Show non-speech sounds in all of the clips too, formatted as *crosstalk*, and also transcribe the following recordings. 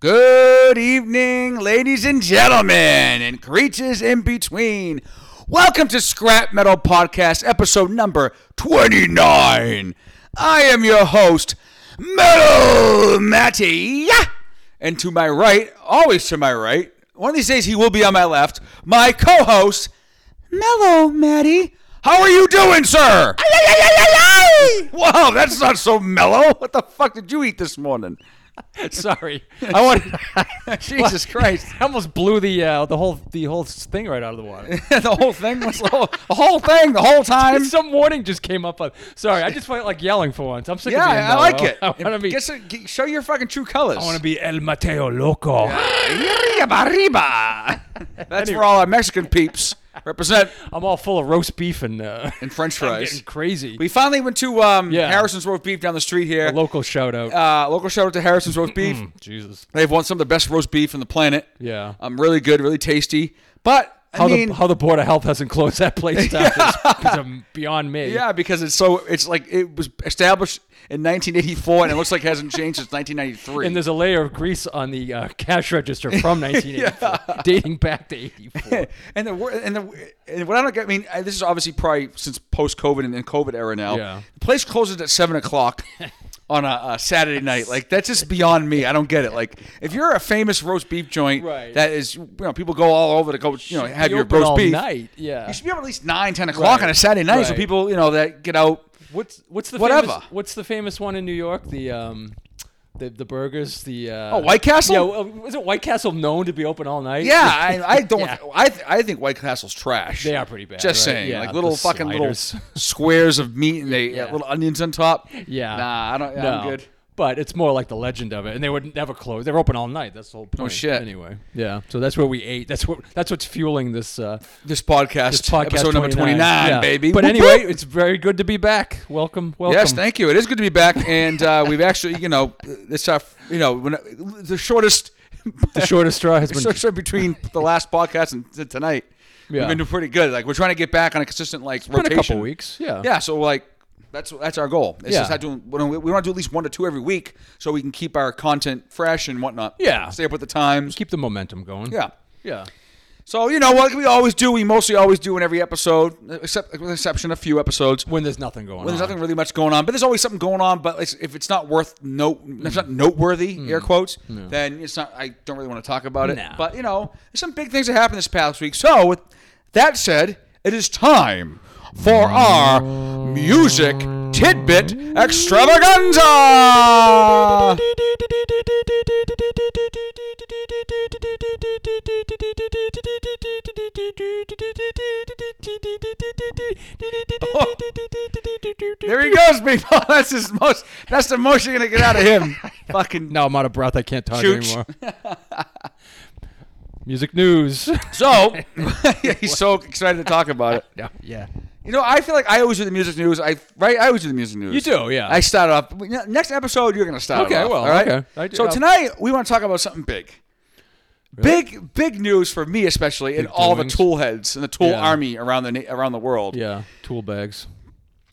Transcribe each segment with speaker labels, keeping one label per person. Speaker 1: Good evening, ladies and gentlemen, and creatures in between. Welcome to Scrap Metal Podcast, episode number 29. I am your host, Metal Matty. And to my right, always to my right, one of these days he will be on my left, my co host, Mellow Matty. How are you doing, sir? Wow, that's not so mellow. What the fuck did you eat this morning?
Speaker 2: *laughs* Sorry, I
Speaker 1: *laughs*
Speaker 2: wanted. *laughs*
Speaker 1: Jesus Christ.
Speaker 2: I almost blew the uh, the whole the whole thing right out of the water. *laughs*
Speaker 1: the whole thing was the whole, the whole thing the whole time.
Speaker 2: Some warning just came up. On, sorry, I just felt like yelling for once. I'm sick
Speaker 1: Yeah,
Speaker 2: of being
Speaker 1: I
Speaker 2: mellow.
Speaker 1: like it.
Speaker 2: *laughs* I want to be.
Speaker 1: Guess it- g- show your fucking true colors.
Speaker 2: I want to be El Mateo Loco.
Speaker 1: Arriba, arriba.
Speaker 2: *laughs*
Speaker 1: That's for all our Mexican peeps. Represent
Speaker 2: I'm all full of roast beef and uh, *laughs*
Speaker 1: and French
Speaker 2: I'm
Speaker 1: fries.
Speaker 2: getting crazy.
Speaker 1: We finally went to um,
Speaker 2: Yeah.
Speaker 1: Harrison's Roast Beef down the street here.
Speaker 2: Local shout out.
Speaker 1: Uh, local shout out to Harrison's Roast Beef.
Speaker 2: Jesus.
Speaker 1: They've won some of the best roast beef on the planet.
Speaker 2: Mm. Yeah.
Speaker 1: um, really good, really tasty. But I
Speaker 2: how
Speaker 1: mean,
Speaker 2: the how the board of health hasn't closed that
Speaker 1: *laughs*
Speaker 2: place down is, is um, beyond me.
Speaker 1: Yeah, because it's so it's like it was established in 1984 and it looks like it hasn't changed since 1993.
Speaker 2: And there's a layer of grease on the uh, cash register
Speaker 1: *laughs*
Speaker 2: from 1984, dating back to 84.
Speaker 1: and the wor- and the and what I don't get. I mean, I- this is obviously probably since post COVID and then COVID era now.
Speaker 2: Yeah.
Speaker 1: The place closes at seven
Speaker 2: *laughs*
Speaker 1: o'clock on a, a Saturday night. Like that's just beyond me. I don't get it. Like if you're a famous roast beef joint
Speaker 2: Right.
Speaker 1: that is, you know, people go all over to go, you know, *laughs* have
Speaker 2: Be
Speaker 1: your
Speaker 2: open
Speaker 1: roast
Speaker 2: all
Speaker 1: beef.
Speaker 2: night. Yeah.
Speaker 1: You should be up at least nine, ten o'clock
Speaker 2: Right.
Speaker 1: on a Saturday night, so
Speaker 2: Right.
Speaker 1: people, you know, that get out.
Speaker 2: What's what's the
Speaker 1: Whatever.
Speaker 2: Famous, what's the famous one in New York? The um, the the burgers. The uh,
Speaker 1: Oh, White Castle?
Speaker 2: Yeah, well, was it White Castle known to be open all night?
Speaker 1: Yeah, I, I don't.
Speaker 2: *laughs* Yeah.
Speaker 1: I th- I think White Castle's trash.
Speaker 2: They are pretty bad,
Speaker 1: Just
Speaker 2: right?
Speaker 1: saying,
Speaker 2: Yeah,
Speaker 1: like little
Speaker 2: the
Speaker 1: fucking *laughs*
Speaker 2: sliders.
Speaker 1: little squares of meat and they
Speaker 2: *laughs* Yeah.
Speaker 1: little onions on top.
Speaker 2: yeah.
Speaker 1: Nah, I don't.
Speaker 2: no.
Speaker 1: I'm good.
Speaker 2: But it's more like the legend of it, and they would never close. They're open all night. That's the whole point.
Speaker 1: shit.
Speaker 2: Anyway, yeah. So that's where we ate. That's what. That's what's fueling this. Uh,
Speaker 1: This podcast,
Speaker 2: this podcast
Speaker 1: episode number 29,
Speaker 2: Yeah.
Speaker 1: baby.
Speaker 2: But
Speaker 1: Whoop,
Speaker 2: anyway,
Speaker 1: whoop.
Speaker 2: it's very good to be back. Welcome, welcome.
Speaker 1: Yes, thank you. It is good to be back, and uh, we've actually, you know, it's our, you know, when, the shortest,
Speaker 2: *laughs* the shortest straw has been.
Speaker 1: short, short between the last podcast and t- tonight.
Speaker 2: Yeah.
Speaker 1: We've been doing pretty good. Like we're trying to get back on a consistent like
Speaker 2: been a
Speaker 1: rotation.
Speaker 2: couple weeks. Yeah.
Speaker 1: Yeah, so like that's that's our goal. It's
Speaker 2: Yeah.
Speaker 1: just not doing. We want to do at least one to two every week, so we can keep our content fresh and whatnot.
Speaker 2: Yeah.
Speaker 1: stay up with the times.
Speaker 2: Keep the momentum going.
Speaker 1: Yeah.
Speaker 2: Yeah.
Speaker 1: So you know what we always do. We mostly always do in every episode, except with the exception of a few episodes.
Speaker 2: When there's nothing going on.
Speaker 1: There's nothing really much going on, but there's always something going on. But it's, if it's not worth note, it's not noteworthy, air quotes, then it's not. I don't really want to talk about it.
Speaker 2: Nah.
Speaker 1: But you know, there's some big things that happened this past week. So with that said, it is time for our music tidbit extravaganza. There he goes, people. *laughs* That's his most. That's the most you're gonna get out of *laughs* him. Fucking
Speaker 2: No, I'm out of breath. I can't talk
Speaker 1: Chooch.
Speaker 2: anymore.
Speaker 1: *laughs*
Speaker 2: Music news.
Speaker 1: So *laughs* he's so excited to talk about it.
Speaker 2: *laughs* yeah.
Speaker 1: You know, I feel like I always do the music news. I right, I always do the music news.
Speaker 2: You do, yeah.
Speaker 1: I start off. but, you know, Next episode, you're gonna start. it
Speaker 2: Okay,
Speaker 1: off,
Speaker 2: well,
Speaker 1: all right.
Speaker 2: okay. I do-
Speaker 1: so
Speaker 2: I'll-
Speaker 1: tonight we want to talk about something big, big, big news for me especially, and all the
Speaker 2: doings.
Speaker 1: tool heads and the tool
Speaker 2: Yeah.
Speaker 1: army around the na- around the world.
Speaker 2: Yeah. Tool bags.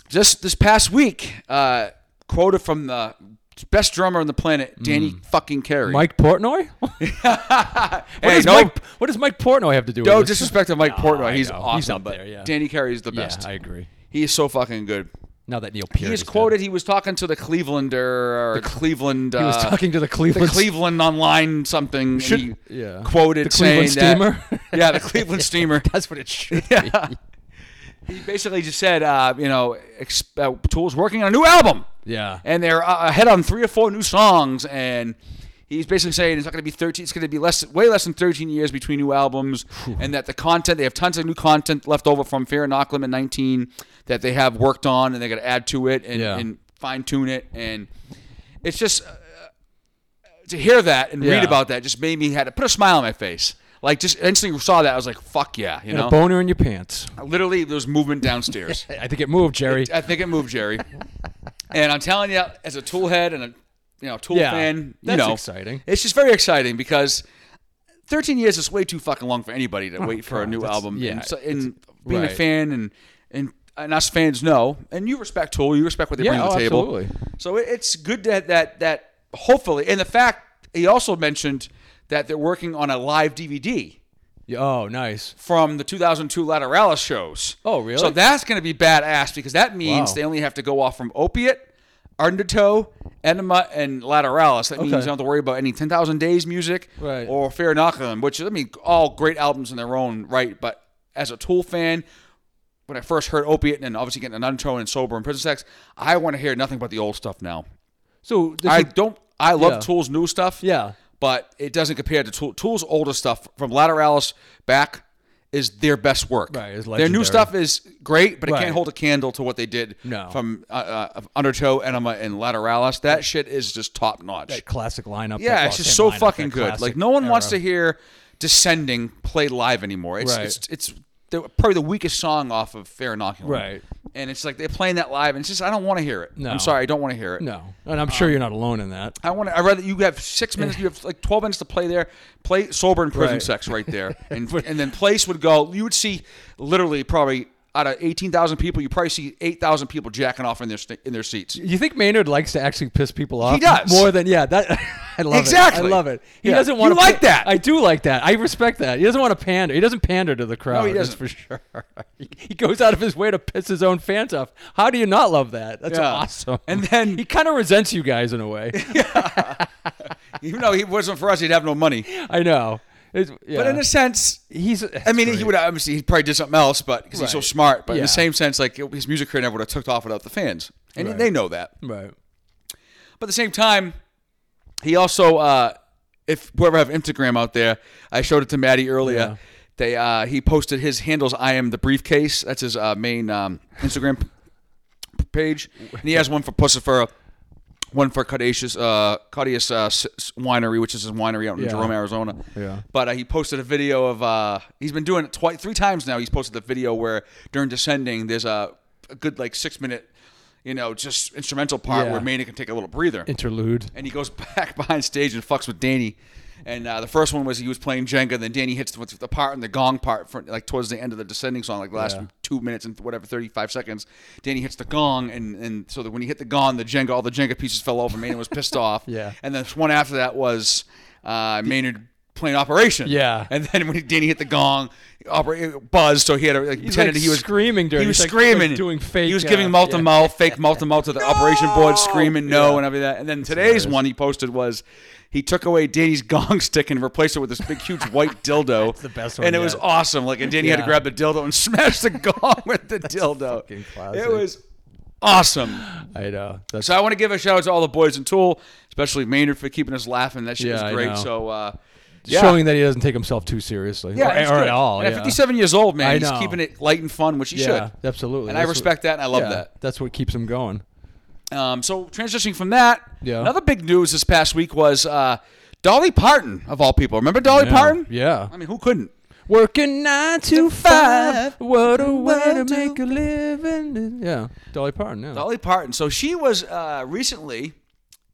Speaker 1: Just this past week, uh, quoted from the best drummer on the planet, Danny fucking Carey.
Speaker 2: Mike Portnoy? *laughs* What
Speaker 1: hey,
Speaker 2: does
Speaker 1: no,
Speaker 2: Mike- what does Mike Portnoy have to do
Speaker 1: no
Speaker 2: with this?
Speaker 1: disrespect to Mike Portnoy.
Speaker 2: I
Speaker 1: He's
Speaker 2: know. He's
Speaker 1: awesome,
Speaker 2: up
Speaker 1: but
Speaker 2: there, yeah.
Speaker 1: Danny Carey is the
Speaker 2: Yeah,
Speaker 1: best.
Speaker 2: I agree.
Speaker 1: he is so fucking good.
Speaker 2: Now that Neil Peart
Speaker 1: He is
Speaker 2: dead.
Speaker 1: quoted. He was talking to the Clevelander or Cleveland.
Speaker 2: He was
Speaker 1: uh,
Speaker 2: talking to the
Speaker 1: the *laughs*
Speaker 2: Cleveland.
Speaker 1: Cleveland online something. and
Speaker 2: Should-
Speaker 1: he
Speaker 2: yeah.
Speaker 1: quoted
Speaker 2: The Cleveland
Speaker 1: saying that-
Speaker 2: steamer?
Speaker 1: *laughs* yeah, the Cleveland
Speaker 2: *laughs*
Speaker 1: steamer. *laughs*
Speaker 2: That's what it should be.
Speaker 1: Yeah. he basically just said, uh, you know, ex- uh, Tool's working on a new album,
Speaker 2: Yeah.
Speaker 1: and they're uh, ahead on three or four new songs, and he's basically saying it's not going to be thirteen. It's going to be less, way less than thirteen years between new albums, and that the content they have tons of new content left over from Fair and Auckland in nineteen that they have worked on, and they're going to add to it and,
Speaker 2: Yeah.
Speaker 1: and fine tune it, and it's just uh, to hear that and
Speaker 2: Yeah.
Speaker 1: read about that just made me had to put a smile on my face. Like just instantly saw that I was like, "Fuck yeah!" You
Speaker 2: And
Speaker 1: know,
Speaker 2: a boner in your pants.
Speaker 1: literally there was movement
Speaker 2: *laughs*
Speaker 1: downstairs.
Speaker 2: I think it uh, moved, Jerry.
Speaker 1: I think it moved Jerry, and I'm telling you, as a Tool head and a you know Tool
Speaker 2: Yeah,
Speaker 1: fan, you
Speaker 2: that's
Speaker 1: know,
Speaker 2: exciting.
Speaker 1: It's just very exciting because 13 years is way too fucking long for anybody to wait for a new album.
Speaker 2: Oh, yeah,
Speaker 1: and, so, and being a
Speaker 2: right.
Speaker 1: fan and and. And us fans know, and you respect Tool, you respect what they
Speaker 2: Yeah,
Speaker 1: bring to the
Speaker 2: oh,
Speaker 1: table.
Speaker 2: absolutely.
Speaker 1: So it, it's good that that that hopefully, and the fact He also mentioned that they're working on a live DVD
Speaker 2: Yeah, Oh, nice.
Speaker 1: from the 2002 Lateralis shows.
Speaker 2: Oh, really?
Speaker 1: So that's going to be badass because that means
Speaker 2: Wow.
Speaker 1: they only have to go off from Opiate, Undertow, Enema, and Lateralis. That means you
Speaker 2: Okay.
Speaker 1: don't have to worry about any 10,000 Days music
Speaker 2: Right.
Speaker 1: or Fair Knockdown, which, I mean, all great albums in their own right. But as a Tool fan, when I first heard Opiate and obviously getting an Undertow and Sober and Prison Sex, I want to hear nothing but the old stuff now.
Speaker 2: So this
Speaker 1: I
Speaker 2: is-
Speaker 1: don't. I love
Speaker 2: Yeah.
Speaker 1: Tool's new stuff.
Speaker 2: Yeah.
Speaker 1: But it doesn't compare to Tool, Tool's older stuff from Lateralis back is their best work.
Speaker 2: Right, it's
Speaker 1: their new
Speaker 2: legendary.
Speaker 1: stuff is great, but it
Speaker 2: Right.
Speaker 1: can't hold a candle to what they did
Speaker 2: No.
Speaker 1: from uh, uh, Undertow, Enema, and Lateralis. That shit is just top notch.
Speaker 2: that classic lineup.
Speaker 1: Yeah,
Speaker 2: that
Speaker 1: it's
Speaker 2: Los
Speaker 1: just
Speaker 2: Angeles
Speaker 1: so
Speaker 2: lineup,
Speaker 1: fucking
Speaker 2: that
Speaker 1: good. Like
Speaker 2: classic
Speaker 1: no one wants to
Speaker 2: era.
Speaker 1: hear "Descending" played live anymore. It's
Speaker 2: Right.
Speaker 1: it's, it's the, probably the weakest song off of Fair Inoculum.
Speaker 2: Right.
Speaker 1: And it's like they're playing that live, and it's just I don't want to hear it.
Speaker 2: No.
Speaker 1: I'm sorry, I don't want to hear it.
Speaker 2: No, and I'm sure you're not alone in that.
Speaker 1: I want. to. I rather you have six minutes. You have like twelve minutes to play there. Play sober and prison
Speaker 2: Right.
Speaker 1: sex right
Speaker 2: *laughs*
Speaker 1: there, and and then place would go. You would see literally probably out of eighteen thousand people, you probably see eight thousand people jacking off in their st- in their
Speaker 2: *laughs*
Speaker 1: seats.
Speaker 2: You think Maynard likes to actually piss people off?
Speaker 1: does.
Speaker 2: more than yeah. That *laughs* I love it.
Speaker 1: Exactly.
Speaker 2: I love it. He
Speaker 1: Yeah.
Speaker 2: doesn't want
Speaker 1: You like that.
Speaker 2: I do like that. I respect that. He doesn't want to pander. He doesn't pander to the crowd.
Speaker 1: doesn't.
Speaker 2: That's for sure. *laughs* he he goes out of his way to piss his own fans off. How do you not love that? That's
Speaker 1: Yeah.
Speaker 2: awesome.
Speaker 1: And then-
Speaker 2: *laughs* he kind of resents you guys in
Speaker 1: *laughs*
Speaker 2: a way.
Speaker 1: Even though he wasn't for us, he'd have no money.
Speaker 2: I know. It's-
Speaker 1: But
Speaker 2: yeah.
Speaker 1: in a sense,
Speaker 2: he's.
Speaker 1: I mean, he would obviously he probably did something else, but because he's so
Speaker 2: Right.
Speaker 1: smart. But in
Speaker 2: Yeah.
Speaker 1: the same sense, like his music career never would have took off without the fans, and
Speaker 2: Right.
Speaker 1: they know that.
Speaker 2: Right.
Speaker 1: But at the same time, he also, uh, if whoever have Instagram out there, I showed it to Maddie earlier.
Speaker 2: Yeah.
Speaker 1: They uh, he posted his handles. I am the briefcase. That's his uh, main um, Instagram p- page, and he has one for Pussifera, one for Caudaceous, uh, Caudius uh, S- S- Winery, which is his winery out in
Speaker 2: Yeah.
Speaker 1: Jerome, Arizona.
Speaker 2: Yeah.
Speaker 1: But uh, he posted a video of uh, he's been doing it twice, three times now. He's posted the video where during descending, there's a, a good like six minute, you know, just instrumental part
Speaker 2: Yeah.
Speaker 1: where Maynard can take a little breather
Speaker 2: Interlude.
Speaker 1: and he goes *laughs* back behind stage and fucks with Danny. And uh, the first one was he was playing Jenga, then Danny hits with the part and the gong part, for, like towards the end of the descending song, like the last
Speaker 2: Yeah.
Speaker 1: two minutes and whatever, 35 seconds. Danny hits the gong, and, and so that when he hit the gong, the Jenga, all the Jenga pieces fell over. Maynard was
Speaker 2: *laughs*
Speaker 1: pissed off.
Speaker 2: Yeah.
Speaker 1: And then one after that was uh, Maynard playing Operation.
Speaker 2: Yeah.
Speaker 1: And then when Danny hit the gong, oper- buzzed, so he had a, like, pretended
Speaker 2: like,
Speaker 1: he was
Speaker 2: screaming during-
Speaker 1: He was
Speaker 2: he's, like, like,
Speaker 1: screaming,
Speaker 2: doing fake,
Speaker 1: He was
Speaker 2: uh,
Speaker 1: giving mouth to
Speaker 2: yeah.
Speaker 1: mouth, fake mouth to mouth to the operation board, screaming no
Speaker 2: Yeah.
Speaker 1: and everything. And then today's one he posted was he took away Danny's *laughs* gong stick and replaced it with this big, huge
Speaker 2: *laughs*
Speaker 1: white dildo.
Speaker 2: the best
Speaker 1: And
Speaker 2: one
Speaker 1: it was
Speaker 2: yet.
Speaker 1: awesome. Like, and Danny had to
Speaker 2: Yeah.
Speaker 1: grab the dildo and *laughs* smash the gong with the dildo.
Speaker 2: fucking classic.
Speaker 1: It was awesome.
Speaker 2: I know. That's
Speaker 1: So I want to give a shout out to all the boys in Tool, especially Maynard for keeping us laughing. That shit
Speaker 2: Yeah, I
Speaker 1: was great.
Speaker 2: know.
Speaker 1: So, uh, yeah.
Speaker 2: showing that he doesn't take himself too seriously.
Speaker 1: yeah,
Speaker 2: or,
Speaker 1: it's
Speaker 2: or
Speaker 1: good.
Speaker 2: at all.
Speaker 1: And
Speaker 2: yeah.
Speaker 1: at 57 years old, man,
Speaker 2: I
Speaker 1: he's
Speaker 2: know.
Speaker 1: keeping it light and fun, which he
Speaker 2: Yeah,
Speaker 1: should.
Speaker 2: absolutely.
Speaker 1: And I
Speaker 2: That's what-
Speaker 1: respect that, and I love
Speaker 2: yeah,
Speaker 1: that.
Speaker 2: That's what keeps him going.
Speaker 1: Um, so transitioning from that,
Speaker 2: Yeah.
Speaker 1: another big news this past week was uh, Dolly Parton of all people. Remember Dolly Parton?
Speaker 2: Yeah.
Speaker 1: I mean, who couldn't?
Speaker 2: Working nine to
Speaker 1: five,
Speaker 2: five. What a way to
Speaker 1: world
Speaker 2: make a living. Yeah. Dolly Parton. Yeah.
Speaker 1: Dolly Parton. So she was uh, recently,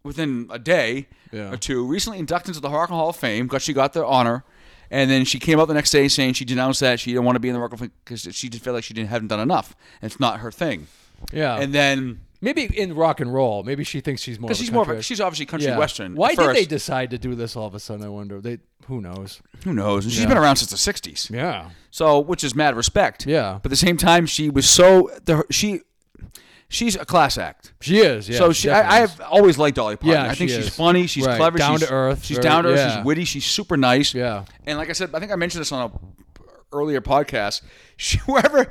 Speaker 1: within a day
Speaker 2: Yeah.
Speaker 1: or two, recently inducted into the Rock and Hall of Fame because she got the honor. And then she came out the next day saying she denounced that she didn't want to be in the Rock and Hall because she did feel like she didn't hadn't done enough. And it's not her thing.
Speaker 2: yeah.
Speaker 1: And then
Speaker 2: maybe in rock and roll, maybe she thinks she's more.
Speaker 1: because she's more of a, she's obviously country western.
Speaker 2: Why
Speaker 1: at
Speaker 2: did they
Speaker 1: first.
Speaker 2: decide to do this all of a sudden? I wonder. They who knows.
Speaker 1: Who knows? And she's been around since the '60s.
Speaker 2: Yeah.
Speaker 1: So, which is mad respect.
Speaker 2: Yeah.
Speaker 1: But at the same time, she was so the, she she's a class act.
Speaker 2: She is. Yeah.
Speaker 1: so she,
Speaker 2: definitely
Speaker 1: I, I
Speaker 2: is.
Speaker 1: have always liked Dolly Parton.
Speaker 2: Yeah,
Speaker 1: I think
Speaker 2: she
Speaker 1: she's
Speaker 2: is.
Speaker 1: funny. She's
Speaker 2: Right,
Speaker 1: clever.
Speaker 2: down
Speaker 1: she's,
Speaker 2: to earth,
Speaker 1: She's
Speaker 2: very-
Speaker 1: down to earth.
Speaker 2: yeah.
Speaker 1: She's witty. She's super nice.
Speaker 2: Yeah.
Speaker 1: And like I said, I think I mentioned this on a earlier podcast. *laughs* She, whoever,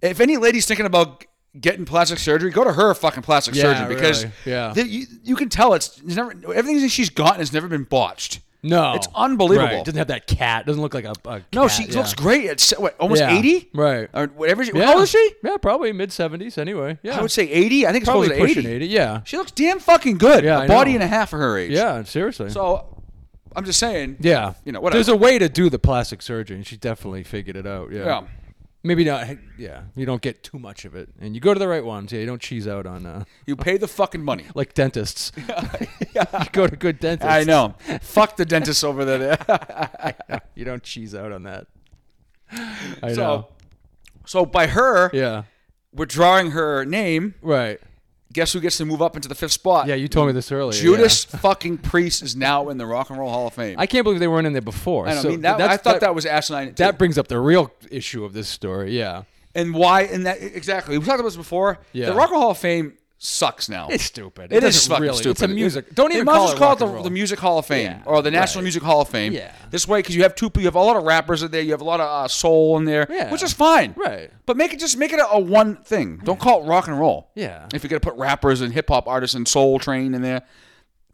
Speaker 1: if any lady's thinking about getting plastic surgery, go to her fucking plastic
Speaker 2: Yeah,
Speaker 1: surgeon because
Speaker 2: really. Yeah.
Speaker 1: the- you, you can tell it's, it's never everything that she's gotten has never been botched.
Speaker 2: No.
Speaker 1: It's unbelievable.
Speaker 2: Right. Doesn't have that cat. Doesn't look like a. a
Speaker 1: No,
Speaker 2: cat,
Speaker 1: she
Speaker 2: yeah.
Speaker 1: looks great at se- what, almost
Speaker 2: Yeah,
Speaker 1: eighty,
Speaker 2: right.
Speaker 1: Or whatever. She,
Speaker 2: Yeah.
Speaker 1: How old is she?
Speaker 2: Yeah, probably mid seventies. Anyway. Yeah.
Speaker 1: I would say eighty. I think it's
Speaker 2: probably
Speaker 1: close to
Speaker 2: pushing
Speaker 1: 80.
Speaker 2: Yeah.
Speaker 1: She looks damn fucking good.
Speaker 2: Yeah,
Speaker 1: a
Speaker 2: I
Speaker 1: body
Speaker 2: know.
Speaker 1: and a half for her age.
Speaker 2: Yeah. Seriously.
Speaker 1: So, I'm just saying.
Speaker 2: Yeah,
Speaker 1: You know, whatever.
Speaker 2: There's a way to do the plastic surgery, and she definitely figured it out. Yeah.
Speaker 1: Yeah.
Speaker 2: Maybe not. Yeah, you don't get too much of it, and you go to the right ones. Yeah, you don't cheese out on uh, *laughs*
Speaker 1: You pay the fucking money.
Speaker 2: like
Speaker 1: *laughs*
Speaker 2: dentists. *laughs* you go to good dentists.
Speaker 1: I know. *laughs* Fuck the dentist over there.
Speaker 2: *laughs*
Speaker 1: *laughs*
Speaker 2: You don't cheese out on that. I
Speaker 1: so,
Speaker 2: know.
Speaker 1: so by her
Speaker 2: Yeah.
Speaker 1: withdrawing her name,
Speaker 2: Right.
Speaker 1: Guess who gets to move up into the fifth spot?
Speaker 2: Yeah, you told me this earlier.
Speaker 1: Judas fucking Priest is now in the Rock and Roll Hall of Fame.
Speaker 2: yeah. I can't believe they weren't in there before.
Speaker 1: I, don't
Speaker 2: so
Speaker 1: mean that.
Speaker 2: that's-
Speaker 1: I thought that, was asinine.
Speaker 2: that
Speaker 1: too.
Speaker 2: brings up the real issue of this story. Yeah,
Speaker 1: and why? And that exactly. We talked about this before.
Speaker 2: Yeah.
Speaker 1: The Rock and Roll Hall of Fame sucks now.
Speaker 2: it's stupid.
Speaker 1: It is
Speaker 2: doesn't
Speaker 1: fucking
Speaker 2: really.
Speaker 1: stupid.
Speaker 2: It's a music. Don't
Speaker 1: They
Speaker 2: even
Speaker 1: might as
Speaker 2: call
Speaker 1: well
Speaker 2: it
Speaker 1: call it
Speaker 2: rock and
Speaker 1: the,
Speaker 2: roll.
Speaker 1: the Music Hall of Fame
Speaker 2: Yeah,
Speaker 1: or the National
Speaker 2: right.
Speaker 1: Music Hall of Fame.
Speaker 2: Yeah.
Speaker 1: This way, because you have two, you have a lot of rappers in there. You have a lot of uh, soul in there,
Speaker 2: Yeah.
Speaker 1: which is fine.
Speaker 2: Right.
Speaker 1: But make it just make it a, a one thing. Don't call it rock and roll.
Speaker 2: Yeah.
Speaker 1: If you're gonna put rappers and hip hop artists and soul train in there,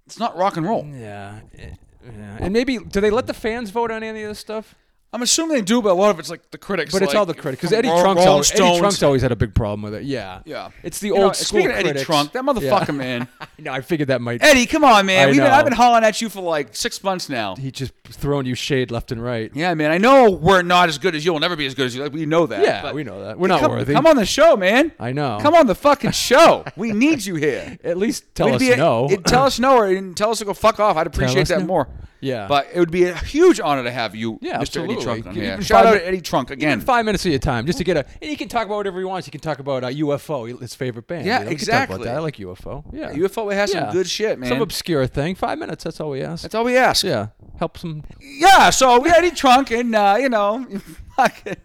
Speaker 1: it's not rock and roll.
Speaker 2: Yeah. it- yeah. And maybe do they let the fans vote on any of this stuff?
Speaker 1: I'm assuming they do, but a lot of it's like the critics.
Speaker 2: But it's
Speaker 1: like,
Speaker 2: all the critics because
Speaker 1: from
Speaker 2: Eddie
Speaker 1: Ro-
Speaker 2: Trunk's
Speaker 1: Rolling
Speaker 2: always, Eddie
Speaker 1: Stones.
Speaker 2: Trunk's always had a big problem with it. Yeah,
Speaker 1: Yeah.
Speaker 2: it's the
Speaker 1: You
Speaker 2: old
Speaker 1: know,
Speaker 2: school
Speaker 1: Speaking of Eddie
Speaker 2: critics.
Speaker 1: Trunk, that motherfucker,
Speaker 2: Yeah.
Speaker 1: man.
Speaker 2: no, *laughs* I figured that might.
Speaker 1: Eddie, come on, man.
Speaker 2: I
Speaker 1: We've been,
Speaker 2: know.
Speaker 1: I've been hollering at you for like six months now.
Speaker 2: He just throwing you shade left and right.
Speaker 1: Yeah, man. I know we're not as good as you. We'll never be as good as you. Like, we know that.
Speaker 2: Yeah,
Speaker 1: but
Speaker 2: we know that. We're not
Speaker 1: come,
Speaker 2: worthy.
Speaker 1: Come on the show, man.
Speaker 2: I know.
Speaker 1: Come on the
Speaker 2: *laughs*
Speaker 1: fucking show. we need you here.
Speaker 2: At least tell
Speaker 1: We'd
Speaker 2: us
Speaker 1: be a-
Speaker 2: no. *laughs*
Speaker 1: it- tell us no, or and tell us to go fuck off. I'd appreciate
Speaker 2: us
Speaker 1: that
Speaker 2: no.
Speaker 1: more.
Speaker 2: Yeah.
Speaker 1: But it would be a huge honor to have you,
Speaker 2: Yeah,
Speaker 1: Mr. Eddie
Speaker 2: absolutely.
Speaker 1: Trunk. On
Speaker 2: Give-
Speaker 1: here.
Speaker 2: even
Speaker 1: Shout
Speaker 2: five
Speaker 1: out
Speaker 2: min-
Speaker 1: to Eddie Trunk
Speaker 2: Even
Speaker 1: again.
Speaker 2: five minutes of your time just to get a. And he can talk about whatever he wants. He can talk about uh, UFO, his favorite band.
Speaker 1: Yeah,
Speaker 2: you know, we can talk about
Speaker 1: exactly.
Speaker 2: that. I like UFO. Yeah,
Speaker 1: UFO has some good shit, man.
Speaker 2: Some obscure thing. Five minutes. That's all we ask.
Speaker 1: That's all we ask.
Speaker 2: yeah, help some.
Speaker 1: Yeah, so we Eddie Trunk, and, uh, you know, *laughs* fucking-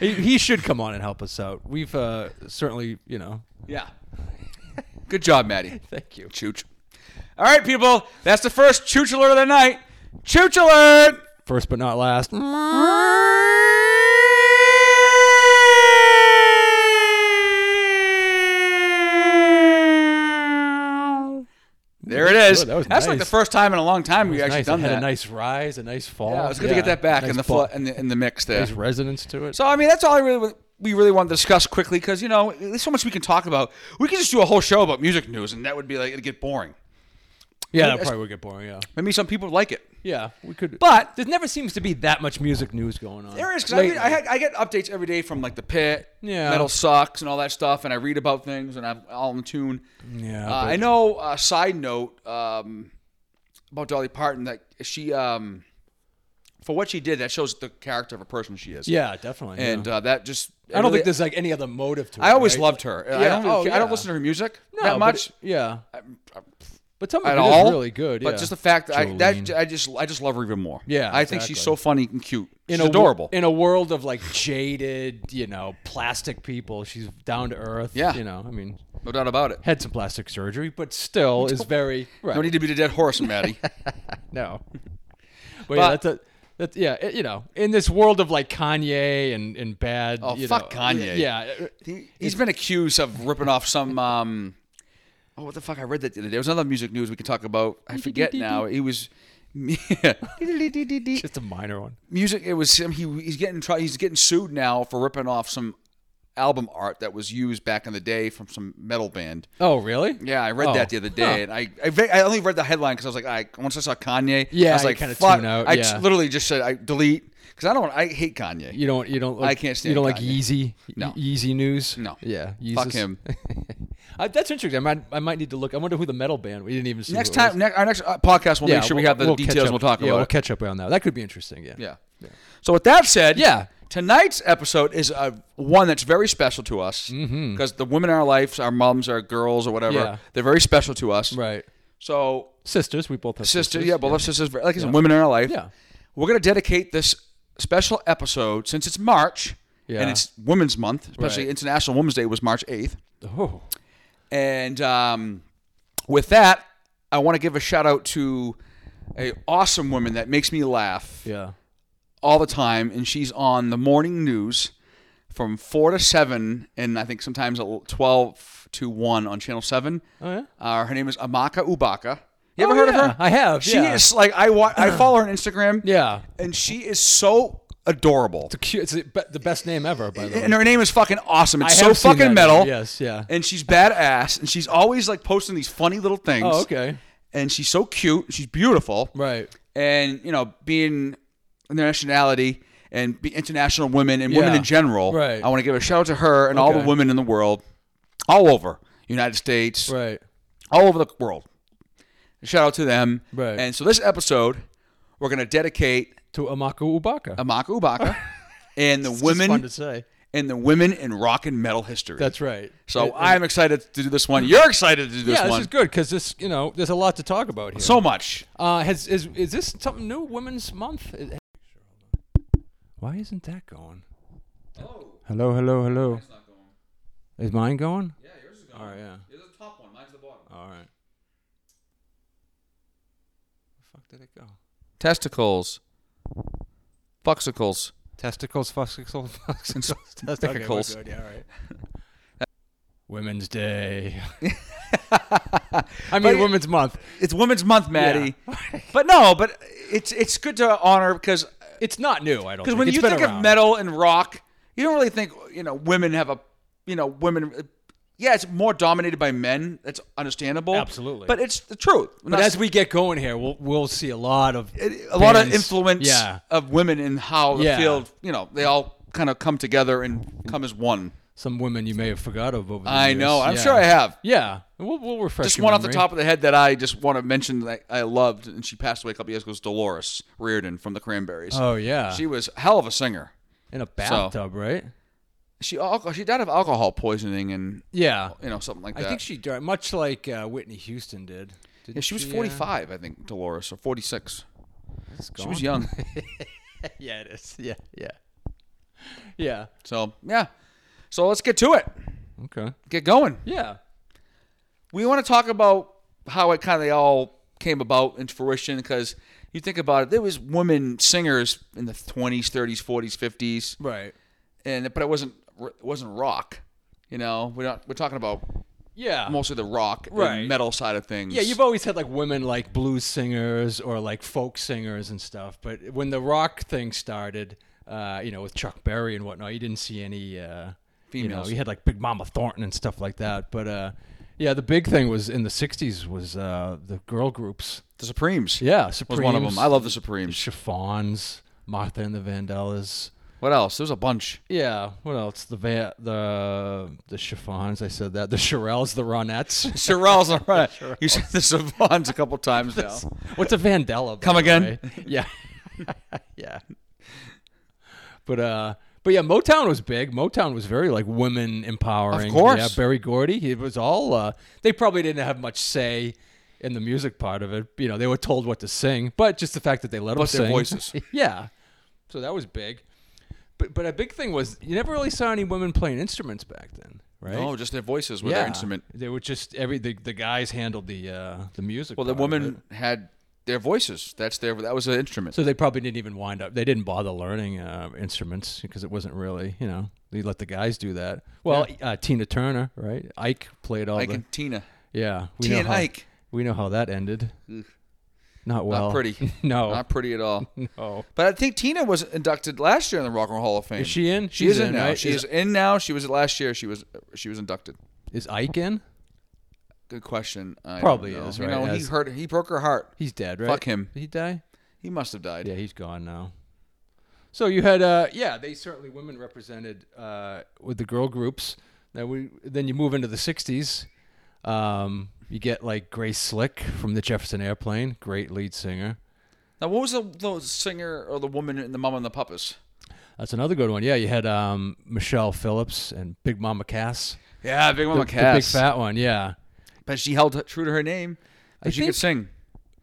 Speaker 2: He, he should come on and help us out. We've uh, certainly, you know.
Speaker 1: yeah. Good job, Maddie.
Speaker 2: Thank you.
Speaker 1: Chooch. All right, people. That's the first chooch alert of the night. Chooch alert.
Speaker 2: First but not last.
Speaker 1: There it is.
Speaker 2: Good, that was
Speaker 1: That's like
Speaker 2: nice.
Speaker 1: the first time in a long time we've actually
Speaker 2: nice.
Speaker 1: done
Speaker 2: it had
Speaker 1: that.
Speaker 2: a nice rise, a nice fall.
Speaker 1: yeah, it's good to get that back
Speaker 2: nice
Speaker 1: in the fl-
Speaker 2: fall.
Speaker 1: in the in the mix there.
Speaker 2: Nice resonance to it.
Speaker 1: So I mean, that's all I really we really want to discuss quickly because you know there's so much we can talk about. We could just do a whole show about music news, and that would be like it'd get boring.
Speaker 2: yeah, that probably would get boring. Yeah,
Speaker 1: Maybe some people like it,
Speaker 2: yeah, we could.
Speaker 1: but
Speaker 2: there never seems to be that much music news going on.
Speaker 1: There is because I, read- I, had- I get updates every day from like the pit,
Speaker 2: Yeah.
Speaker 1: metal sucks, and all that stuff, and I read about things, and I'm all in tune.
Speaker 2: Yeah,
Speaker 1: Uh, I know. Uh, side note um, about Dolly Parton that she, um, for what she did, that shows the character of a person she is.
Speaker 2: yeah, definitely. yeah.
Speaker 1: and uh, that just
Speaker 2: I don't think there's like any other motive to it.
Speaker 1: I always
Speaker 2: right?
Speaker 1: loved her. I
Speaker 2: Yeah,
Speaker 1: don't. really
Speaker 2: oh,
Speaker 1: care- I don't
Speaker 2: yeah.
Speaker 1: listen to her music
Speaker 2: No,
Speaker 1: that
Speaker 2: but
Speaker 1: much.
Speaker 2: it- yeah, but some of
Speaker 1: at
Speaker 2: it is
Speaker 1: all,
Speaker 2: really good.
Speaker 1: But
Speaker 2: yeah.
Speaker 1: just the fact that I, that
Speaker 2: Jolene.
Speaker 1: I just I just love her even more.
Speaker 2: Yeah,
Speaker 1: I think she's
Speaker 2: exactly.
Speaker 1: so funny and cute. She's
Speaker 2: in a,
Speaker 1: adorable.
Speaker 2: in a world of like jaded, you know, plastic people, she's down to earth.
Speaker 1: Yeah.
Speaker 2: you know, I mean,
Speaker 1: no doubt about it.
Speaker 2: had some plastic surgery, but still is very right.
Speaker 1: No need to be the dead horse,
Speaker 2: *laughs*
Speaker 1: Maddie. *laughs*
Speaker 2: No. But, yeah, that's a, that's, yeah, it- you know, in this world of like Kanye and, and bad.
Speaker 1: Oh,
Speaker 2: you
Speaker 1: fuck
Speaker 2: know,
Speaker 1: Kanye.
Speaker 2: Yeah. *laughs* uh,
Speaker 1: He, he's been accused of ripping off *laughs* some. Um, oh, what the fuck! I read that the other day. There was another music news we could talk about. I forget now. He was *laughs* music.
Speaker 2: Just a minor one.
Speaker 1: It was him. He, he's getting try. He's getting sued now for ripping off some album art that was used back in the day from some metal band.
Speaker 2: Oh, really?
Speaker 1: Yeah, I read
Speaker 2: Oh,
Speaker 1: that the other day,
Speaker 2: huh.
Speaker 1: and I, I ve- I only read the headline because I was like, I once I saw Kanye, I
Speaker 2: Yeah,
Speaker 1: was
Speaker 2: you
Speaker 1: like,
Speaker 2: kinda
Speaker 1: fuck.
Speaker 2: tune out,
Speaker 1: I just
Speaker 2: yeah.
Speaker 1: literally just said I delete because I don't. I hate Kanye.
Speaker 2: You don't, you don't, like,
Speaker 1: can't
Speaker 2: you
Speaker 1: stand
Speaker 2: don't like
Speaker 1: Kanye.
Speaker 2: Yeezy,
Speaker 1: No.
Speaker 2: Yeezy News.
Speaker 1: No.
Speaker 2: Yeah.
Speaker 1: Fuck
Speaker 2: Yeezus.
Speaker 1: him.
Speaker 2: *laughs* I, that's interesting. I might, I might need to look. I wonder who the metal band, we didn't even see.
Speaker 1: Next
Speaker 2: who it was.
Speaker 1: time, next, our next uh, podcast, we'll
Speaker 2: yeah,
Speaker 1: make sure we have the
Speaker 2: we'll catch
Speaker 1: details. and
Speaker 2: up-
Speaker 1: We'll talk
Speaker 2: yeah,
Speaker 1: about
Speaker 2: We'll
Speaker 1: it.
Speaker 2: catch up on that. That could be interesting. Yeah.
Speaker 1: Yeah. So with that said,
Speaker 2: Yeah.
Speaker 1: tonight's episode is uh one that's very special to us because the women in our lives, our moms, our girls, or whatever,
Speaker 2: Mm-hmm. Yeah.
Speaker 1: they're very special to us.
Speaker 2: Right.
Speaker 1: So
Speaker 2: Sisters. We both have
Speaker 1: sister,
Speaker 2: sisters.
Speaker 1: yeah, both our sisters, like I said, women in our life.
Speaker 2: Yeah.
Speaker 1: We're gonna dedicate this special episode since it's March
Speaker 2: Yeah.
Speaker 1: and it's Women's Month, especially
Speaker 2: Right.
Speaker 1: International Women's Day was March eighth,
Speaker 2: Oh.
Speaker 1: and um, with that, I want to give a shout out to a awesome woman that makes me laugh
Speaker 2: Yeah.
Speaker 1: all the time, and she's on the morning news from four to seven, and I think sometimes el- twelve to one on Channel Seven.
Speaker 2: Oh, yeah?
Speaker 1: Uh, her name is Amaka Ubaka. You ever
Speaker 2: Oh,
Speaker 1: heard
Speaker 2: yeah.
Speaker 1: of her?
Speaker 2: I have,
Speaker 1: She
Speaker 2: yeah.
Speaker 1: is like I wa-
Speaker 2: *clears throat*
Speaker 1: I follow her on Instagram.
Speaker 2: Yeah.
Speaker 1: and she is so adorable,
Speaker 2: The cute. It's the be- the best name ever, by
Speaker 1: *laughs*
Speaker 2: the way.
Speaker 1: and her name is fucking awesome. It's
Speaker 2: I
Speaker 1: so
Speaker 2: have seen
Speaker 1: fucking
Speaker 2: that
Speaker 1: metal.
Speaker 2: name, Yes. Yeah.
Speaker 1: And she's badass, and she's always like posting these funny little things.
Speaker 2: Oh, okay.
Speaker 1: And she's so cute. and She's beautiful.
Speaker 2: Right.
Speaker 1: and you know being their nationality and be international women and women
Speaker 2: Yeah.
Speaker 1: in general
Speaker 2: Right.
Speaker 1: i want to give a shout out to her and all the
Speaker 2: Okay.
Speaker 1: women in the world all over united states
Speaker 2: Right.
Speaker 1: all over the world shout out to them
Speaker 2: Right.
Speaker 1: and so this episode we're going to dedicate
Speaker 2: To Amaku Ubaka. *laughs*
Speaker 1: amaka ubaka and the
Speaker 2: It's
Speaker 1: Um, women
Speaker 2: fun to say.
Speaker 1: in the women in rock and metal history.
Speaker 2: That's right.
Speaker 1: So
Speaker 2: And- and-
Speaker 1: I'm excited to do this one. You're excited to do this
Speaker 2: yeah,
Speaker 1: one.
Speaker 2: this is good because this, you know, there's a lot to talk about here.
Speaker 1: So much.
Speaker 2: uh, has is is this something new? Women's Month. It- Why isn't that going?
Speaker 1: Oh.
Speaker 2: Hello, hello, hello. Is mine going?
Speaker 1: Yeah, yours is gone.
Speaker 2: All right, yeah.
Speaker 1: Yours is the top one. Mine's the bottom.
Speaker 2: All right. Where the fuck did it go?
Speaker 1: Testicles. Fuxicles.
Speaker 2: Testicles, fussicles, *laughs*
Speaker 1: *laughs*
Speaker 2: fussicles,
Speaker 1: testicles.
Speaker 2: Okay, we're good, yeah, all right. *laughs* Women's
Speaker 1: *laughs*
Speaker 2: Day. *laughs* I
Speaker 1: But
Speaker 2: mean,
Speaker 1: it-
Speaker 2: Women's Month.
Speaker 1: It's Women's Month, Maddie. *laughs* but no, but it's it's good to honor because
Speaker 2: It's not new, I don't
Speaker 1: because
Speaker 2: think.
Speaker 1: when
Speaker 2: It's
Speaker 1: you
Speaker 2: been
Speaker 1: think
Speaker 2: around.
Speaker 1: of metal and rock, you don't really think you know women have a you know women. Yeah, it's more dominated by men. That's understandable.
Speaker 2: Absolutely.
Speaker 1: but it's the truth.
Speaker 2: But as we get going here, we'll we'll see a lot of
Speaker 1: a lot of
Speaker 2: bands-
Speaker 1: influence
Speaker 2: Yeah.
Speaker 1: of women in how the
Speaker 2: Yeah.
Speaker 1: field. You know, they all kind of come together and come as one.
Speaker 2: Some women you may have forgot of over the
Speaker 1: I
Speaker 2: years.
Speaker 1: know. I'm
Speaker 2: Yeah.
Speaker 1: sure I have.
Speaker 2: Yeah. We'll, we'll refresh
Speaker 1: Just
Speaker 2: your
Speaker 1: one off the
Speaker 2: memory.
Speaker 1: top of the head that I just want to mention that I loved, and she passed away a couple years ago. Was Dolores Reardon from the Cranberries?
Speaker 2: Oh, yeah.
Speaker 1: she was a hell of a singer.
Speaker 2: In a bathtub, right?
Speaker 1: She alco- she died of alcohol poisoning and
Speaker 2: Yeah.
Speaker 1: you know something like
Speaker 2: I
Speaker 1: that.
Speaker 2: think she died, much like uh, Whitney Houston did.
Speaker 1: Yeah, she was
Speaker 2: uh,
Speaker 1: 45, I think, Dolores, or 46. She
Speaker 2: She
Speaker 1: was young.
Speaker 2: *laughs* yeah, it is. Yeah, yeah. *laughs* Yeah.
Speaker 1: so, yeah. So let's get to it.
Speaker 2: Okay.
Speaker 1: Get going.
Speaker 2: Yeah.
Speaker 1: We want to talk about how it kind of all came about into fruition because you think about it, there was women singers in the 20s, 30s, 40s, 50s,
Speaker 2: Right.
Speaker 1: and but it wasn't it wasn't rock. You know, we're not we're talking about
Speaker 2: Yeah.
Speaker 1: mostly the rock and
Speaker 2: Uh. Right.
Speaker 1: metal side of things.
Speaker 2: yeah, you've always had like women like blues singers or like folk singers and stuff, but when the rock thing started, uh, you know, with Chuck Berry and whatnot, you didn't see any uh,
Speaker 1: Females.
Speaker 2: You know, you had like Big Mama Thornton and stuff like that, but uh, yeah, the big thing was in the '60s was uh, the girl groups.
Speaker 1: the Supremes.
Speaker 2: Yeah,
Speaker 1: was
Speaker 2: Supremes,
Speaker 1: one of them. I love the Supremes.
Speaker 2: Chiffons, Martha and the Vandellas.
Speaker 1: What else? There's a *laughs* bunch.
Speaker 2: Yeah, what else? The va- the the chiffons. I said that the Shirelles, the Ronettes.
Speaker 1: Sorrel's all
Speaker 2: *laughs*
Speaker 1: right. You said the Savants a couple times now.
Speaker 2: Oh. What's a Vandella? by
Speaker 1: Come
Speaker 2: the
Speaker 1: again?
Speaker 2: way?
Speaker 1: *laughs*
Speaker 2: Yeah, *laughs* yeah. But uh, but yeah, Motown was big. Motown was very like women empowering.
Speaker 1: Of course.
Speaker 2: yeah. Barry Gordy. It was all. Uh, they probably didn't have much say in the music part of it. You know, they were told what to sing, but just the fact that they let
Speaker 1: But
Speaker 2: them
Speaker 1: their
Speaker 2: sing.
Speaker 1: voices.
Speaker 2: *laughs* yeah, so that was big. But but a big thing was you never really saw any women playing instruments back then, *laughs* right?
Speaker 1: No, just their voices were Oh, their instrument.
Speaker 2: They were just every the, the guys handled the uh, the music.
Speaker 1: Well, the
Speaker 2: part of it.
Speaker 1: woman had their voices. That's their. That was an instrument.
Speaker 2: So they probably didn't even wind up. They didn't bother learning uh, instruments because it wasn't really, you know, they let the guys do that. Well, uh, Tina Turner, right? Ike played all
Speaker 1: Ike
Speaker 2: the.
Speaker 1: and Tina.
Speaker 2: yeah, we
Speaker 1: Tina
Speaker 2: know
Speaker 1: and
Speaker 2: how,
Speaker 1: Ike.
Speaker 2: We know how that ended. Not well.
Speaker 1: pretty.
Speaker 2: *laughs* no.
Speaker 1: Not pretty at
Speaker 2: *laughs*
Speaker 1: all.
Speaker 2: no.
Speaker 1: But I think Tina was inducted last year in the Rock and Roll Hall of Fame.
Speaker 2: Is she in?
Speaker 1: She
Speaker 2: She's
Speaker 1: is in,
Speaker 2: in,
Speaker 1: now.
Speaker 2: right?
Speaker 1: She
Speaker 2: Is-
Speaker 1: is in now. She was last year. She was. She was inducted.
Speaker 2: Is Ike in?
Speaker 1: Good question. I don't
Speaker 2: Probably
Speaker 1: know.
Speaker 2: is,
Speaker 1: You
Speaker 2: right,
Speaker 1: know, he
Speaker 2: as-
Speaker 1: hurt. He broke her heart.
Speaker 2: He's dead, right?
Speaker 1: Fuck him.
Speaker 2: Did he die?
Speaker 1: He must have died.
Speaker 2: Yeah, he's gone now. So you had, uh, yeah, they certainly women represented uh, with the girl groups. Now we then you move into the '60s. Um, you get like Grace Slick from the Jefferson Airplane, great lead singer.
Speaker 1: Now, what was the, the singer or the woman in the Mom and the Puppets?
Speaker 2: That's another good one. Yeah, you had um, Michelle Phillips and Big Mama Cass,
Speaker 1: Yeah, Big Mama
Speaker 2: the big
Speaker 1: Cass.
Speaker 2: fat one. Yeah.
Speaker 1: But she held true to her name. But she could
Speaker 2: think-
Speaker 1: sing.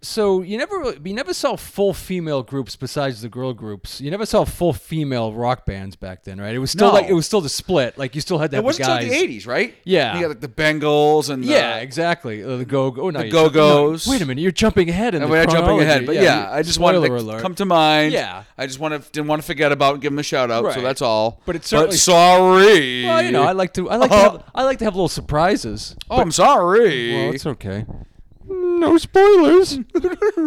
Speaker 2: So you never really, you never saw full female groups besides the girl groups. You never saw full female rock bands back then, right? It was still
Speaker 1: No.
Speaker 2: like it was still the split. Like you still had
Speaker 1: It
Speaker 2: to have
Speaker 1: wasn't
Speaker 2: the
Speaker 1: until
Speaker 2: guys.
Speaker 1: the '80s, right?
Speaker 2: Yeah.
Speaker 1: You got like the Bengals and the,
Speaker 2: Yeah, exactly. Uh, The go go. The
Speaker 1: Go-Go's.
Speaker 2: wait a minute, you're jumping ahead. In
Speaker 1: And
Speaker 2: the
Speaker 1: we're not jumping ahead, but
Speaker 2: chronology.
Speaker 1: yeah, I just wanted
Speaker 2: spoiler
Speaker 1: to
Speaker 2: alert.
Speaker 1: come to mind.
Speaker 2: Yeah.
Speaker 1: I just want to didn't want to forget about and give them a shout out. So
Speaker 2: Right.
Speaker 1: that's all.
Speaker 2: But it's certainly-
Speaker 1: sorry.
Speaker 2: Well, you know, I like to. I like to. Have, I like to have little surprises.
Speaker 1: oh, I'm sorry.
Speaker 2: Well, it's okay. No spoilers. *laughs*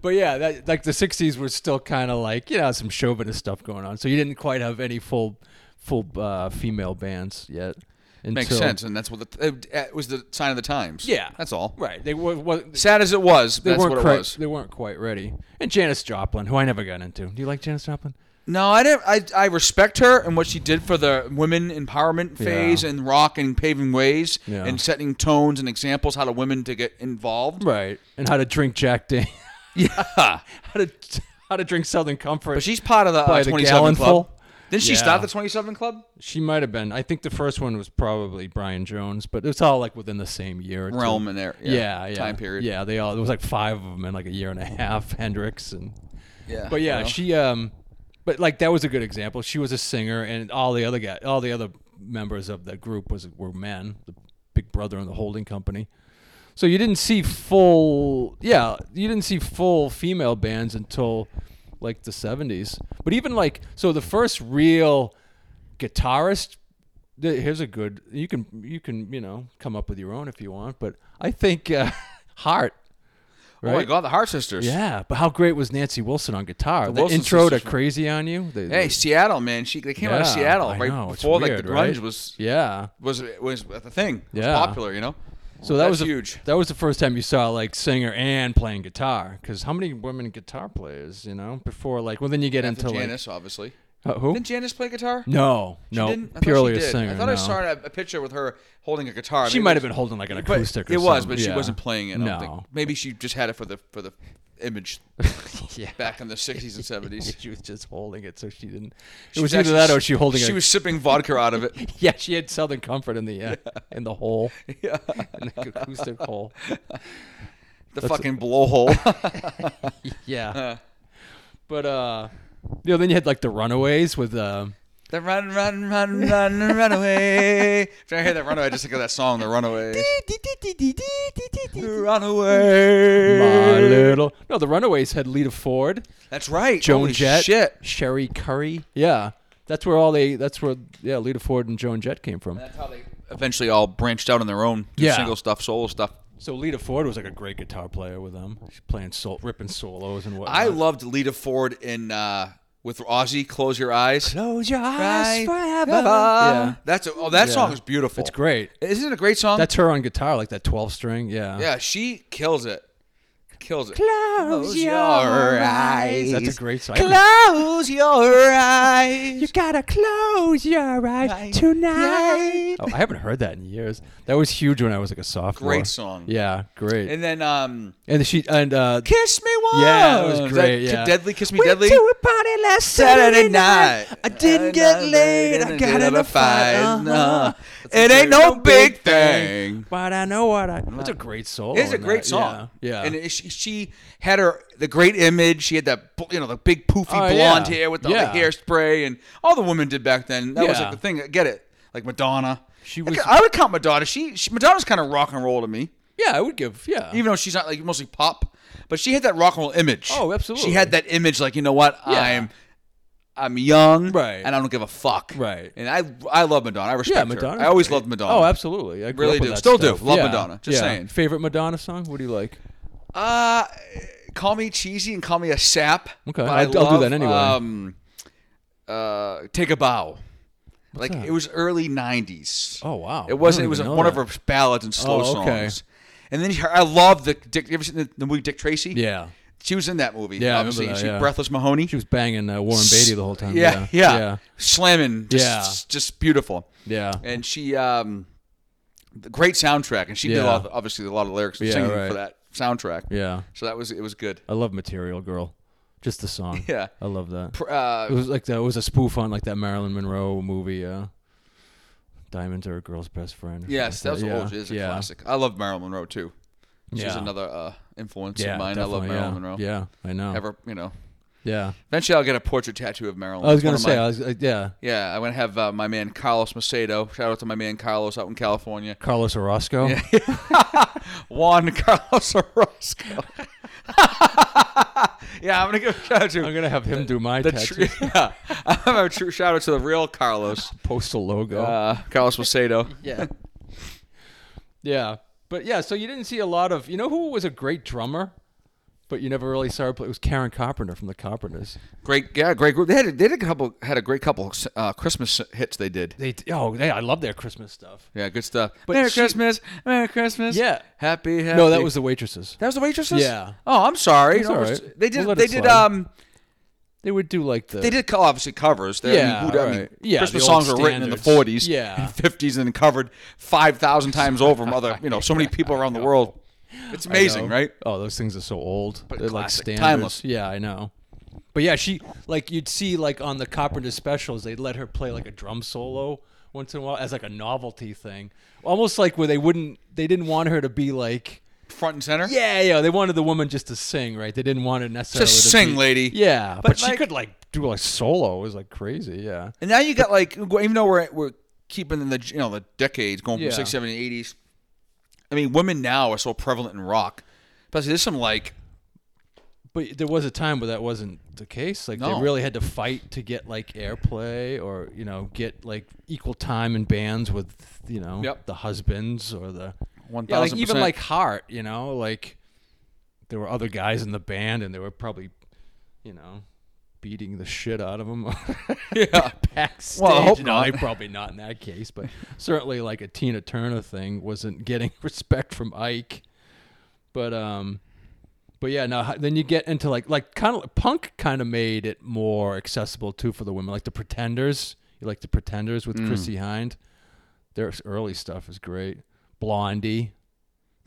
Speaker 2: but yeah, that, like the '60s was still kind of like you know some chauvinist stuff going on. So you didn't quite have any full, full uh, female bands yet.
Speaker 1: Makes
Speaker 2: until-
Speaker 1: sense, and that's what the, it, it was the sign of the times.
Speaker 2: Yeah.
Speaker 1: that's all.
Speaker 2: Right. They were. were
Speaker 1: Sad as it was,
Speaker 2: they
Speaker 1: that's
Speaker 2: weren't
Speaker 1: what
Speaker 2: quite,
Speaker 1: it was.
Speaker 2: They weren't quite ready. And Janis Joplin, who I never got into. Do you like Janis Joplin?
Speaker 1: No, I didn't. I, I respect her and what she did for the women empowerment phase and rock and paving ways
Speaker 2: Yeah.
Speaker 1: and setting tones and examples how to women to get
Speaker 2: *laughs*
Speaker 1: involved.
Speaker 2: Right. And how to drink Jack Dan. *laughs*
Speaker 1: Yeah,
Speaker 2: how to how to drink Southern Comfort
Speaker 1: but she's part of the uh,
Speaker 2: by the
Speaker 1: 27
Speaker 2: gallonful.
Speaker 1: club. Didn't she
Speaker 2: Yeah.
Speaker 1: start the 27 Club?
Speaker 2: She might have been. I think the first one was probably Brian Jones, but it's all like within the same year. or two.
Speaker 1: Realm in there.
Speaker 2: Yeah, yeah.
Speaker 1: Time period.
Speaker 2: Yeah, they all. There was like five of them in like a year and a half. Hendrix and.
Speaker 1: Yeah.
Speaker 2: But yeah,
Speaker 1: you know?
Speaker 2: she. Um, but like that was a good example. She was a singer, and all the other guy, all the other members of the group was were men. The Big Brother and the holding company. So you didn't see full, yeah, you didn't see full female bands until like the 70s. But even like, so the first real guitarist, th- here's a good, you can, you can, you know, come up with your own if you want, but I think uh, *laughs* Hart.
Speaker 1: Oh my God, the Heart Sisters.
Speaker 2: Yeah, but how great was Nancy Wilson on guitar? The,
Speaker 1: Wilson
Speaker 2: intro to
Speaker 1: sisters were-
Speaker 2: "Crazy on You." the-
Speaker 1: Hey,
Speaker 2: the-
Speaker 1: Seattle, man. She they came out of
Speaker 2: Yeah,
Speaker 1: Seattle
Speaker 2: I
Speaker 1: right
Speaker 2: know, it's
Speaker 1: before like
Speaker 2: weird,
Speaker 1: the grunge
Speaker 2: right?
Speaker 1: was
Speaker 2: yeah.
Speaker 1: was was the thing. It was
Speaker 2: Yeah.
Speaker 1: popular, you know.
Speaker 2: So that
Speaker 1: That's
Speaker 2: was the-
Speaker 1: huge.
Speaker 2: That was the first time you saw like singer and playing guitar. Because how many women guitar players, you know, before like well then you get into like
Speaker 1: Janice, obviously.
Speaker 2: uh, who?
Speaker 1: Didn't Janice play guitar?
Speaker 2: No,
Speaker 1: She
Speaker 2: no,
Speaker 1: didn't? I thought she
Speaker 2: purely a
Speaker 1: did.
Speaker 2: singer.
Speaker 1: I thought I
Speaker 2: no.
Speaker 1: saw a, a picture with her holding a guitar.
Speaker 2: She
Speaker 1: Maybe
Speaker 2: might
Speaker 1: it
Speaker 2: have
Speaker 1: was-
Speaker 2: been holding like an
Speaker 1: but
Speaker 2: acoustic. Or
Speaker 1: It was,
Speaker 2: something.
Speaker 1: but she
Speaker 2: Yeah.
Speaker 1: wasn't playing it. I don't
Speaker 2: No.
Speaker 1: think. Maybe she just had it for the for the image
Speaker 2: *laughs*
Speaker 1: *laughs*
Speaker 2: yeah.
Speaker 1: back in the '60s and
Speaker 2: *laughs*
Speaker 1: '70s.
Speaker 2: She was just holding it, so she didn't.
Speaker 1: She
Speaker 2: it was
Speaker 1: was
Speaker 2: either
Speaker 1: actually
Speaker 2: that or
Speaker 1: s-
Speaker 2: she holding
Speaker 1: She
Speaker 2: a,
Speaker 1: was sipping vodka out of it. *laughs*
Speaker 2: *laughs* Yeah, she had Southern Comfort in the uh, in the hole,
Speaker 1: Yeah.
Speaker 2: in
Speaker 1: *laughs*
Speaker 2: the acoustic hole.
Speaker 1: The fucking blowhole.
Speaker 2: *laughs*
Speaker 1: *laughs*
Speaker 2: Yeah, but uh, you know, then you had like the Runaways with um,
Speaker 1: the run, run, run, run, run away. If I hear that runaway, I just think of that song, The
Speaker 2: *laughs*
Speaker 1: Runaway. run away.
Speaker 2: My Little. No, the Runaways had Lita Ford.
Speaker 1: That's right.
Speaker 2: Joan
Speaker 1: Holy
Speaker 2: Jett,
Speaker 1: Shit.
Speaker 2: Sherry Curry. Yeah, that's where all they. That's where yeah, Lita Ford and Joan Jett came from.
Speaker 1: That's how they eventually all branched out on their own. do
Speaker 2: Yeah.
Speaker 1: Single stuff, solo stuff.
Speaker 2: So Lita Ford was like a great guitar player with them, She's playing sol, ripping solos and whatnot.
Speaker 1: I loved Lita Ford in uh, with Ozzy, Close Your Eyes.
Speaker 2: close your
Speaker 1: Right.
Speaker 2: eyes
Speaker 1: Yeah.
Speaker 2: Yeah,
Speaker 1: That's a, oh, that
Speaker 2: Yeah.
Speaker 1: song is beautiful.
Speaker 2: it's great.
Speaker 1: Isn't it a great song?
Speaker 2: That's her on guitar, like that twelve string. Yeah.
Speaker 1: yeah, she kills it. Kills it.
Speaker 2: Close your eyes. That's a great song.
Speaker 1: Close your eyes.
Speaker 2: gotta close your eyes
Speaker 1: tonight.
Speaker 2: Oh, I haven't heard that in years. That was huge when I was like a sophomore.
Speaker 1: Great song.
Speaker 2: Yeah, great. And,
Speaker 1: And then um,
Speaker 2: she and uh,
Speaker 1: Kiss Me Once.
Speaker 2: Yeah, that was
Speaker 1: Is
Speaker 2: great,
Speaker 1: Ki-
Speaker 2: yeah.
Speaker 1: Deadly Kiss Me Deadly.
Speaker 2: a party last
Speaker 1: Saturday night. Uh-huh. It ain't no big thing.
Speaker 2: But I know what I. That's a great song.
Speaker 1: It's a great song.
Speaker 2: Yeah.
Speaker 1: And it- she, she had her the great image. She had that bl- you know the big poofy
Speaker 2: Oh,
Speaker 1: blonde
Speaker 2: yeah.
Speaker 1: hair with all the
Speaker 2: Yeah.
Speaker 1: hairspray and all the women did back then. That was
Speaker 2: Yeah.
Speaker 1: like the thing. I Get it? Like Madonna.
Speaker 2: She
Speaker 1: I
Speaker 2: was-
Speaker 1: ca- I would count Madonna. She, she Madonna's kind of rock and roll to me,
Speaker 2: yeah, I would give. Yeah.
Speaker 1: even though she's not like mostly pop. But she had that rock and roll image.
Speaker 2: Oh, absolutely.
Speaker 1: She had that image, like you know what?
Speaker 2: Yeah.
Speaker 1: I'm, I'm young,
Speaker 2: Right.
Speaker 1: And I don't give a fuck,
Speaker 2: Right.
Speaker 1: And I, I love Madonna. I respect
Speaker 2: yeah,
Speaker 1: her.
Speaker 2: Madonna.
Speaker 1: I always loved Madonna.
Speaker 2: Oh, absolutely. I grew
Speaker 1: Really
Speaker 2: up with
Speaker 1: do.
Speaker 2: that
Speaker 1: Still do.
Speaker 2: stuff.
Speaker 1: Love
Speaker 2: Yeah.
Speaker 1: Madonna. Just
Speaker 2: Yeah.
Speaker 1: saying.
Speaker 2: Favorite Madonna song? What do you like?
Speaker 1: Uh, call me cheesy and call me a sap.
Speaker 2: Okay,
Speaker 1: but
Speaker 2: I'll-
Speaker 1: I
Speaker 2: I'll do
Speaker 1: love,
Speaker 2: that anyway.
Speaker 1: Um, uh, take a bow. like
Speaker 2: that?
Speaker 1: it was early '90s.
Speaker 2: Oh, wow.
Speaker 1: It wasn't.
Speaker 2: I don't
Speaker 1: It was
Speaker 2: even
Speaker 1: one
Speaker 2: know
Speaker 1: of
Speaker 2: that.
Speaker 1: her ballads and slow
Speaker 2: Oh, okay.
Speaker 1: songs. And then she- I love the Dick. You ever seen the, the movie Dick Tracy?
Speaker 2: Yeah.
Speaker 1: she was in that movie.
Speaker 2: Yeah, I
Speaker 1: obviously,
Speaker 2: remember that,
Speaker 1: she
Speaker 2: yeah.
Speaker 1: Breathless Mahoney.
Speaker 2: She was banging uh, Warren Beatty the whole time.
Speaker 1: yeah, yeah,
Speaker 2: yeah, yeah.
Speaker 1: slamming. Just,
Speaker 2: Yeah.
Speaker 1: just beautiful.
Speaker 2: yeah.
Speaker 1: And she, um, the great soundtrack, and she did a
Speaker 2: Yeah.
Speaker 1: lot, of- obviously a lot of lyrics and
Speaker 2: Yeah,
Speaker 1: singing
Speaker 2: right.
Speaker 1: for that soundtrack.
Speaker 2: Yeah.
Speaker 1: So that was it was good.
Speaker 2: I love Material Girl. Just the song.
Speaker 1: *laughs* Yeah.
Speaker 2: I love that.
Speaker 1: Pr- Uh,
Speaker 2: It was like that. It was a spoof on like that Marilyn Monroe movie. Uh, Diamonds are a girl's best friend. or
Speaker 1: Yes, that was
Speaker 2: something
Speaker 1: yeah.
Speaker 2: like
Speaker 1: old. It is a
Speaker 2: yeah.
Speaker 1: classic. I love Marilyn Monroe too. She's
Speaker 2: Yeah.
Speaker 1: another uh, influence
Speaker 2: Yeah,
Speaker 1: of mine. I love
Speaker 2: definitely,
Speaker 1: Marilyn
Speaker 2: yeah.
Speaker 1: Monroe.
Speaker 2: Yeah, I know.
Speaker 1: Ever, you know.
Speaker 2: Yeah,
Speaker 1: Eventually, I'll get a portrait tattoo of Marilyn.
Speaker 2: I was
Speaker 1: It's one
Speaker 2: gonna
Speaker 1: of
Speaker 2: say.
Speaker 1: my-
Speaker 2: I was, uh, yeah,
Speaker 1: yeah, I'm gonna have uh, my man Carlos Macedo. Shout out to my man Carlos out in California.
Speaker 2: Carlos Orozco.
Speaker 1: *laughs* Juan *laughs* Carlos Orozco. *laughs* yeah, I'm gonna give a shout out to
Speaker 2: I'm gonna have him do my
Speaker 1: the
Speaker 2: tattoo.
Speaker 1: true. *laughs* Yeah, I'm gonna have a true shout out to the real Carlos.
Speaker 2: postal logo.
Speaker 1: Uh, Carlos Macedo.
Speaker 2: yeah. *laughs* yeah. But yeah, so you didn't see a lot of. You know who was a great drummer, but you never really saw her play? It was Karen Carpenter from the Carpenters.
Speaker 1: Great, yeah, great group. They had a, they had a couple had a great couple uh, Christmas hits they did.
Speaker 2: They oh, they, I love their Christmas stuff.
Speaker 1: Yeah, good stuff.
Speaker 2: But
Speaker 1: Merry
Speaker 2: she-
Speaker 1: Christmas, Merry Christmas.
Speaker 2: Yeah.
Speaker 1: happy, happy.
Speaker 2: No, that was the waitresses.
Speaker 1: that was the waitresses.
Speaker 2: Yeah.
Speaker 1: Oh, I'm sorry.
Speaker 2: It's
Speaker 1: No,
Speaker 2: all
Speaker 1: it was-
Speaker 2: right.
Speaker 1: They did.
Speaker 2: We'll let
Speaker 1: they
Speaker 2: it
Speaker 1: did.
Speaker 2: slide.
Speaker 1: Um.
Speaker 2: They would do like the
Speaker 1: They did co- obviously covers. They, I
Speaker 2: Yeah,
Speaker 1: mean, who- I
Speaker 2: right.
Speaker 1: mean,
Speaker 2: Yeah,
Speaker 1: Christmas
Speaker 2: the old
Speaker 1: songs were written in the
Speaker 2: standards.
Speaker 1: 40s,
Speaker 2: Yeah.
Speaker 1: and 50s, and then covered 5,000
Speaker 2: *laughs*
Speaker 1: times over from other. You know, so many people around the world. It's
Speaker 2: I know.
Speaker 1: amazing, right?
Speaker 2: Oh, those things are so old.
Speaker 1: But
Speaker 2: They're
Speaker 1: classic,
Speaker 2: like standards.
Speaker 1: timeless.
Speaker 2: Yeah, I know. But yeah, she like you'd see like on the Carpenter specials, they'd let her play like a drum solo once in a while as like a novelty thing, almost like where they wouldn't they didn't want her to be like
Speaker 1: Front and center.
Speaker 2: yeah yeah they wanted the woman just to sing right they didn't want her necessarily
Speaker 1: Just
Speaker 2: to
Speaker 1: sing,
Speaker 2: be-
Speaker 1: lady.
Speaker 2: yeah but, she
Speaker 1: like-
Speaker 2: could like do like solo it was like crazy yeah
Speaker 1: And now you got like, even though we're we're keeping in the you know the decades going
Speaker 2: Yeah.
Speaker 1: from six, seven, eighties. I mean, women now are so prevalent in rock. But see, there's some like
Speaker 2: But there was a time where that wasn't the case. Like
Speaker 1: No.
Speaker 2: they really had to fight to get like airplay or you know get like equal time in bands with you know
Speaker 1: Yep.
Speaker 2: the husbands or the
Speaker 1: one
Speaker 2: yeah like
Speaker 1: thousand.
Speaker 2: even like Hart you know like there were other guys in the band and they were probably you know beating the shit out of them *laughs* yeah backstage.
Speaker 1: Well, I hope
Speaker 2: No,
Speaker 1: not.
Speaker 2: probably not in that case, but certainly like a Tina Turner thing wasn't getting *laughs* respect from Ike. But um, but yeah, now then you get into like like kind of punk kind of made it more accessible too for the women, like the Pretenders. You like the Pretenders with
Speaker 1: Mm.
Speaker 2: Chrissy Hind. Their early stuff is great. Blondie,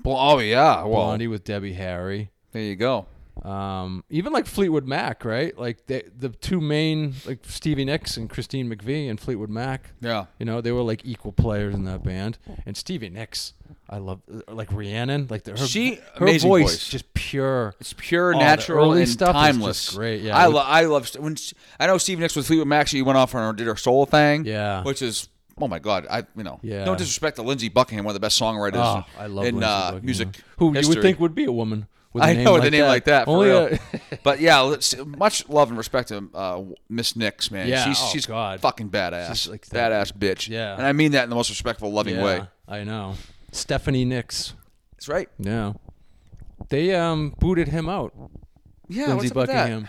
Speaker 1: well, oh yeah, well
Speaker 2: Blondie with Debbie Harry.
Speaker 1: there you go.
Speaker 2: Um, even like Fleetwood Mac, right? Like the the two main like Stevie Nicks and Christine McVie and Fleetwood Mac.
Speaker 1: Yeah,
Speaker 2: You know, they were like equal players in that band. And Stevie Nicks, I love like Rhiannon, like the, her
Speaker 1: She-
Speaker 2: her
Speaker 1: amazing
Speaker 2: voice,
Speaker 1: voice.
Speaker 2: just pure.
Speaker 1: it's pure,
Speaker 2: Oh, the
Speaker 1: natural,
Speaker 2: early
Speaker 1: and
Speaker 2: stuff is just
Speaker 1: timeless.
Speaker 2: great, yeah.
Speaker 1: I,
Speaker 2: It
Speaker 1: lo- I love st- when s- I know Steve Nicks with Fleetwood Mac. She went off and did her soul thing.
Speaker 2: Yeah.
Speaker 1: which is oh my god. I you know
Speaker 2: Yeah.
Speaker 1: no disrespect to Lindsey Buckingham, one of the best songwriters.
Speaker 2: Oh,
Speaker 1: in-
Speaker 2: I love
Speaker 1: in
Speaker 2: Lindsey
Speaker 1: uh,
Speaker 2: Buckingham.
Speaker 1: music.
Speaker 2: Who you
Speaker 1: history.
Speaker 2: would think would be a woman with a
Speaker 1: I
Speaker 2: name
Speaker 1: know
Speaker 2: like
Speaker 1: with a name
Speaker 2: that. Oh,
Speaker 1: like that. For
Speaker 2: Only
Speaker 1: real.
Speaker 2: a-
Speaker 1: *laughs* but yeah, let's, much love and respect to uh, Miss Nix, man.
Speaker 2: Yeah,
Speaker 1: she's
Speaker 2: oh,
Speaker 1: she's
Speaker 2: God.
Speaker 1: fucking badass,
Speaker 2: She's like that-
Speaker 1: badass bitch.
Speaker 2: Yeah.
Speaker 1: and I mean that in the most respectful, loving
Speaker 2: yeah,
Speaker 1: way.
Speaker 2: I know. Stephanie Nicks.
Speaker 1: That's right.
Speaker 2: Yeah. They um booted him out.
Speaker 1: Yeah,
Speaker 2: Lindsey
Speaker 1: what's up with that?
Speaker 2: Buckingham.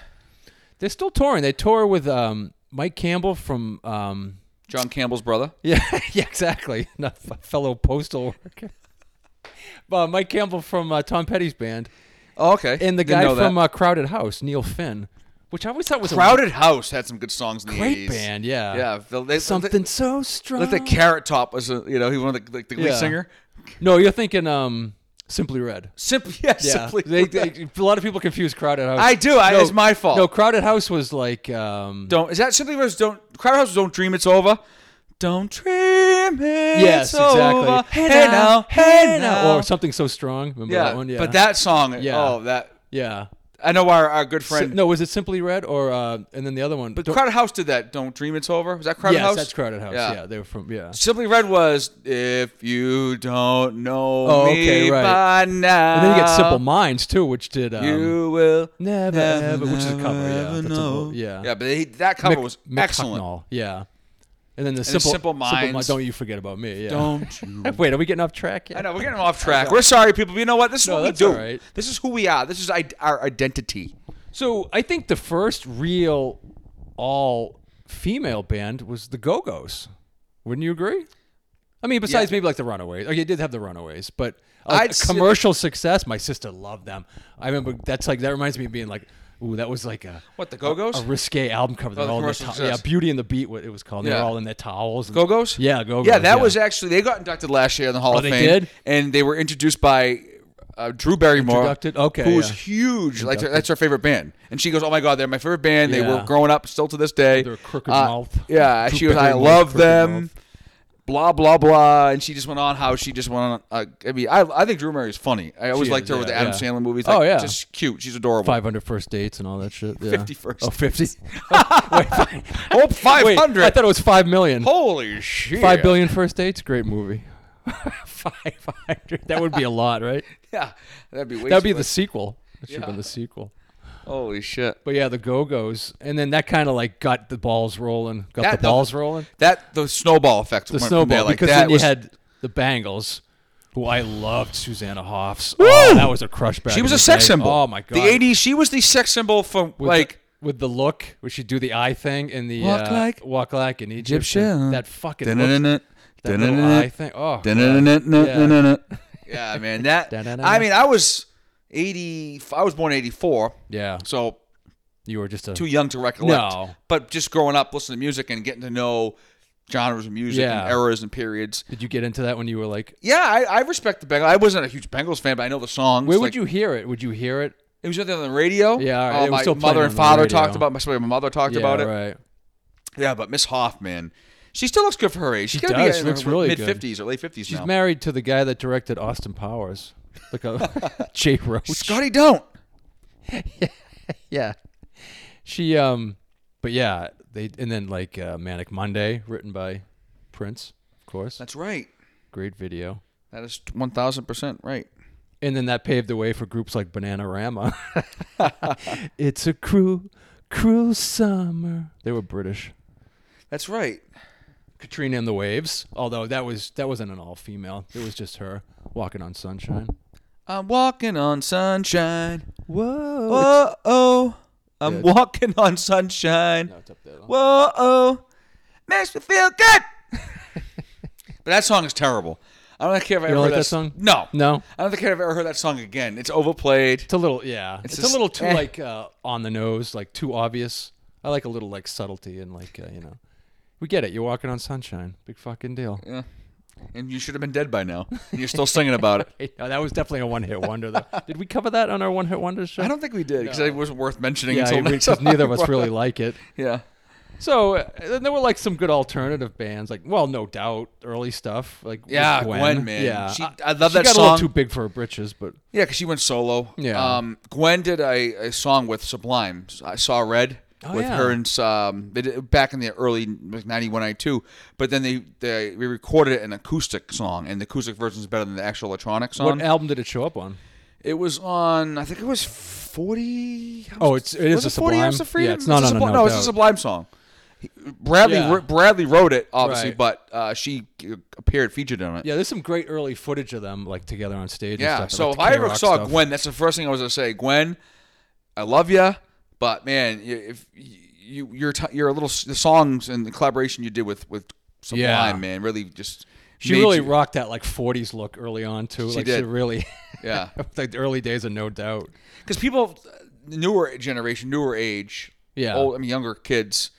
Speaker 2: They're still touring. They tour with um Mike Campbell from um *laughs*
Speaker 1: John Campbell's brother.
Speaker 2: Yeah, yeah, exactly. *laughs* Not a fellow postal worker. *laughs* Uh, Mike Campbell from uh, Tom Petty's band,
Speaker 1: Oh, okay.
Speaker 2: and the
Speaker 1: Didn't
Speaker 2: guy
Speaker 1: know that.
Speaker 2: from uh, Crowded House, Neil Finn, which I always thought was
Speaker 1: Crowded House had some good songs in the
Speaker 2: a great
Speaker 1: 80s.
Speaker 2: band. Yeah,
Speaker 1: Yeah, they- they-
Speaker 2: Something so strong.
Speaker 1: Like the Carrot Top was, a, you know, he was one of the, like, the lead
Speaker 2: Yeah.
Speaker 1: singer.
Speaker 2: no, you're thinking um, Simply Red.
Speaker 1: Simply, *laughs* yeah,
Speaker 2: Yeah,
Speaker 1: simply.
Speaker 2: they, they, a lot of people confuse Crowded House.
Speaker 1: I do. I,
Speaker 2: No,
Speaker 1: it's my fault.
Speaker 2: No, Crowded House was like um,
Speaker 1: don't. Is that simply was don't? Crowded House was don't dream it's over. Don't dream it's
Speaker 2: yes, exactly.
Speaker 1: over. Hey now, hey now.
Speaker 2: or something so strong. Remember
Speaker 1: yeah,
Speaker 2: that one? Yeah,
Speaker 1: but that song.
Speaker 2: Yeah.
Speaker 1: Oh, that.
Speaker 2: yeah.
Speaker 1: I know our, our good
Speaker 2: Si-
Speaker 1: friend.
Speaker 2: no, was it Simply Red or uh, and then the other one?
Speaker 1: but
Speaker 2: Don't-
Speaker 1: Crowded House did that. Don't dream it's over. Was that Crowded
Speaker 2: yes,
Speaker 1: House?
Speaker 2: that's Crowded House.
Speaker 1: Yeah. Uh,
Speaker 2: Yeah. they were from yeah.
Speaker 1: Simply Red was if you don't know
Speaker 2: Oh,
Speaker 1: me
Speaker 2: okay,
Speaker 1: by
Speaker 2: right.
Speaker 1: now.
Speaker 2: And then you get Simple Minds too, which did um,
Speaker 1: You will
Speaker 2: Never, Ever, which is a cover, yeah,
Speaker 1: never
Speaker 2: that's a-
Speaker 1: know.
Speaker 2: yeah.
Speaker 1: yeah, but he, that cover
Speaker 2: Mick-
Speaker 1: was
Speaker 2: Mick
Speaker 1: excellent.
Speaker 2: Hucknall, yeah. And then the simple,
Speaker 1: Simple
Speaker 2: Mi-
Speaker 1: Minds.
Speaker 2: Don't you forget about me? Yeah.
Speaker 1: Don't you?
Speaker 2: *laughs* Wait, are we getting off track yet?
Speaker 1: I know we're getting off track. We're sorry, people. But you know what? This is
Speaker 2: No,
Speaker 1: what we
Speaker 2: that's
Speaker 1: do.
Speaker 2: all right.
Speaker 1: This is who we are. This is I- our identity.
Speaker 2: So I think the first real all female band was the Go Go's. Wouldn't you agree? I mean, besides maybe like the Runaways. Okay, you did have the Runaways, but like,
Speaker 1: I'd s-
Speaker 2: commercial success. My sister loved them. I remember that's like that reminds me of being like, ooh, that was like a
Speaker 1: What the Go
Speaker 2: a
Speaker 1: Go's?
Speaker 2: risque album cover. They're
Speaker 1: the
Speaker 2: all in their
Speaker 1: commercial
Speaker 2: to- yeah,
Speaker 1: success.
Speaker 2: Beauty and the Beat. What it was called. They're
Speaker 1: Yeah.
Speaker 2: all in their towels. and-
Speaker 1: Go Go's?
Speaker 2: Yeah, Go Go's.
Speaker 1: Yeah, that was actually they got inducted last year in the Hall of
Speaker 2: they
Speaker 1: Fame.
Speaker 2: did?
Speaker 1: and they were introduced by uh, Drew Barrymore,
Speaker 2: Introducted? Okay,
Speaker 1: who was
Speaker 2: yeah.
Speaker 1: huge. Like that's her favorite band, and she goes, "Oh my God, they're my favorite band. They
Speaker 2: Yeah.
Speaker 1: were growing up, still to this day.
Speaker 2: They're a crooked
Speaker 1: Uh,
Speaker 2: mouth. *laughs*
Speaker 1: Yeah,
Speaker 2: Drew
Speaker 1: she goes, "I
Speaker 2: Barrymore,
Speaker 1: love
Speaker 2: crooked
Speaker 1: them."
Speaker 2: mouth.
Speaker 1: Blah blah blah, and she just went on how she just went on. Uh, I mean, I, I think Drew Barrymore's funny. I always
Speaker 2: She
Speaker 1: liked
Speaker 2: is,
Speaker 1: her with the
Speaker 2: yeah,
Speaker 1: Adam
Speaker 2: yeah.
Speaker 1: Sandler movies.
Speaker 2: Oh,
Speaker 1: Like,
Speaker 2: yeah.
Speaker 1: just cute. She's adorable.
Speaker 2: 500 first dates and all that shit. Yeah.
Speaker 1: 50 first
Speaker 2: Oh, 50. *laughs*
Speaker 1: Oh, 500.
Speaker 2: Wait, I thought it was 5 million.
Speaker 1: Holy shit!
Speaker 2: Five billion first dates, great movie. *laughs* Five hundred. That would be a
Speaker 1: *laughs*
Speaker 2: lot, right?
Speaker 1: Yeah, that'd be way
Speaker 2: That'd be
Speaker 1: too
Speaker 2: the sequel. That should have
Speaker 1: Yeah.
Speaker 2: been the sequel.
Speaker 1: much. holy shit.
Speaker 2: But yeah, the Go Go's, and then that kind of like got the balls rolling, got
Speaker 1: That-
Speaker 2: the balls rolling.
Speaker 1: That the snowball effect.
Speaker 2: The
Speaker 1: went from there,
Speaker 2: snowball,
Speaker 1: like
Speaker 2: because
Speaker 1: that
Speaker 2: then you
Speaker 1: was-
Speaker 2: had the Bangles, who I loved, Susanna Hoffs. Oh, that was a crush back.
Speaker 1: She was
Speaker 2: in
Speaker 1: a
Speaker 2: the
Speaker 1: sex
Speaker 2: day.
Speaker 1: symbol.
Speaker 2: Oh my god.
Speaker 1: The '80s. She was the sex symbol from
Speaker 2: With
Speaker 1: like.
Speaker 2: the, with the look, where she do the eye thing and the
Speaker 1: Walk
Speaker 2: uh,
Speaker 1: like
Speaker 2: walk like an Egyptian.
Speaker 1: Egyptian.
Speaker 2: That fucking look,
Speaker 1: Dun-dun-dun-dun,
Speaker 2: that
Speaker 1: dun-dun-dun-dun,
Speaker 2: little eye thing. Oh,
Speaker 1: dun-dun-dun-dun-dun-dun-dun. Yeah, man. That.
Speaker 2: Dun-dun-dun-dun.
Speaker 1: I mean, I was 80. I was born '84,
Speaker 2: yeah.
Speaker 1: so
Speaker 2: You were just a
Speaker 1: too young to recollect.
Speaker 2: No.
Speaker 1: But just growing up, listening to music and getting to know genres of music
Speaker 2: Yeah.
Speaker 1: and eras and periods.
Speaker 2: Did you get into that when you were like?
Speaker 1: Yeah, I, I respect the Bengals. I wasn't a huge Bengals fan, but I know the songs.
Speaker 2: Where
Speaker 1: like-
Speaker 2: would you hear it? Would you hear it
Speaker 1: It was nothing on the radio.
Speaker 2: Yeah, all right.
Speaker 1: Oh,
Speaker 2: It was
Speaker 1: my
Speaker 2: still playing
Speaker 1: mother
Speaker 2: on
Speaker 1: and
Speaker 2: the
Speaker 1: father
Speaker 2: radio.
Speaker 1: talked about. My sorry, my mother talked
Speaker 2: Yeah,
Speaker 1: about it.
Speaker 2: right.
Speaker 1: Yeah, but Miss Hoffman, she still looks good for her age. She's gotta
Speaker 2: does.
Speaker 1: be
Speaker 2: She
Speaker 1: in
Speaker 2: looks
Speaker 1: her
Speaker 2: really
Speaker 1: mid
Speaker 2: good.
Speaker 1: fifties or late fifties
Speaker 2: She's
Speaker 1: now.
Speaker 2: married to the guy that directed Austin Powers.
Speaker 1: *laughs*
Speaker 2: Like a *laughs* Jay Roach.
Speaker 1: Scotty, don't.
Speaker 2: yeah. She um but yeah, they and then like uh, Manic Monday written by Prince, of course.
Speaker 1: That's right.
Speaker 2: Great video.
Speaker 1: That is one thousand percent right.
Speaker 2: And then that paved the way for groups like *laughs* Bananarama. it's a cruel cruel summer. They were British.
Speaker 1: That's right.
Speaker 2: Katrina and the Waves, although that was that wasn't an all female. It was just her walking on sunshine.
Speaker 1: I'm walking on sunshine.
Speaker 2: Whoa.
Speaker 1: Whoa oh, I'm
Speaker 2: Yeah.
Speaker 1: walking on sunshine.
Speaker 2: No, it's up there. though.
Speaker 1: Whoa oh, makes me feel good. *laughs* but that song is terrible. I don't care if I ever
Speaker 2: You don't like
Speaker 1: heard
Speaker 2: that
Speaker 1: s-
Speaker 2: song?
Speaker 1: No,
Speaker 2: No.
Speaker 1: I don't think I've ever heard that song again. It's overplayed.
Speaker 2: It's a little, yeah. It's,
Speaker 1: just-
Speaker 2: a little too
Speaker 1: eh.
Speaker 2: like uh, on the nose, like too obvious. I like a little like subtlety and like uh, you know, we get it. You're walking on sunshine, big fucking deal.
Speaker 1: Yeah. And you should have been dead by now. And you're still singing about
Speaker 2: *laughs*
Speaker 1: it.
Speaker 2: Hey, no, oh, that was definitely a one hit wonder. *laughs* Though. Did we cover that on our one hit wonder show?
Speaker 1: I don't think we did because it wasn't worth mentioning
Speaker 2: Yeah,
Speaker 1: until
Speaker 2: we-
Speaker 1: next
Speaker 2: 'cause
Speaker 1: time. *laughs*
Speaker 2: neither of us really like it.
Speaker 1: Yeah.
Speaker 2: *laughs* So uh, then there were like some good alternative bands, like well, no doubt, early stuff, like with
Speaker 1: Yeah,
Speaker 2: Gwen,
Speaker 1: Gwen, man.
Speaker 2: yeah.
Speaker 1: She- I love
Speaker 2: she
Speaker 1: that
Speaker 2: got a little
Speaker 1: song.
Speaker 2: too big for her britches, but
Speaker 1: Yeah, because she went solo.
Speaker 2: Yeah.
Speaker 1: Um, Gwen did a, a song with Sublime. I saw Red
Speaker 2: Oh,
Speaker 1: with
Speaker 2: yeah.
Speaker 1: her and um, they did, back in the early like 91, 92. But then they, they we recorded an acoustic song, and the acoustic version is better than the actual electronic
Speaker 2: what
Speaker 1: song.
Speaker 2: album did it show up on?
Speaker 1: it was on, I think it was 40. how
Speaker 2: Oh,
Speaker 1: much-
Speaker 2: it's- it is
Speaker 1: was
Speaker 2: a
Speaker 1: 40
Speaker 2: Sublime-
Speaker 1: Hours of Freedom?
Speaker 2: yeah, it's not
Speaker 1: a
Speaker 2: on a
Speaker 1: Sublime-
Speaker 2: No
Speaker 1: No, it's a
Speaker 2: Doubt.
Speaker 1: Sublime song. Bradley
Speaker 2: Yeah.
Speaker 1: Bradley wrote it, obviously,
Speaker 2: Right.
Speaker 1: but uh, she appeared featured on it.
Speaker 2: Yeah, there's some great early footage of them like together on stage.
Speaker 1: Yeah.
Speaker 2: and stuff,
Speaker 1: So
Speaker 2: like
Speaker 1: if
Speaker 2: the
Speaker 1: I ever
Speaker 2: K-Rock
Speaker 1: saw
Speaker 2: stuff.
Speaker 1: Gwen, that's the first thing I was gonna say. Gwen, I love you, but man, y- if y- you your t- your little s- the songs and the collaboration you did with with Sublime,
Speaker 2: Yeah.
Speaker 1: man, really just
Speaker 2: She
Speaker 1: made
Speaker 2: really
Speaker 1: you-
Speaker 2: rocked that like '40s look early on too. like
Speaker 1: did.
Speaker 2: she really, *laughs*
Speaker 1: yeah.
Speaker 2: like the early days of No Doubt.
Speaker 1: Because people, the newer generation, newer age,
Speaker 2: Yeah.
Speaker 1: old, I mean, younger kids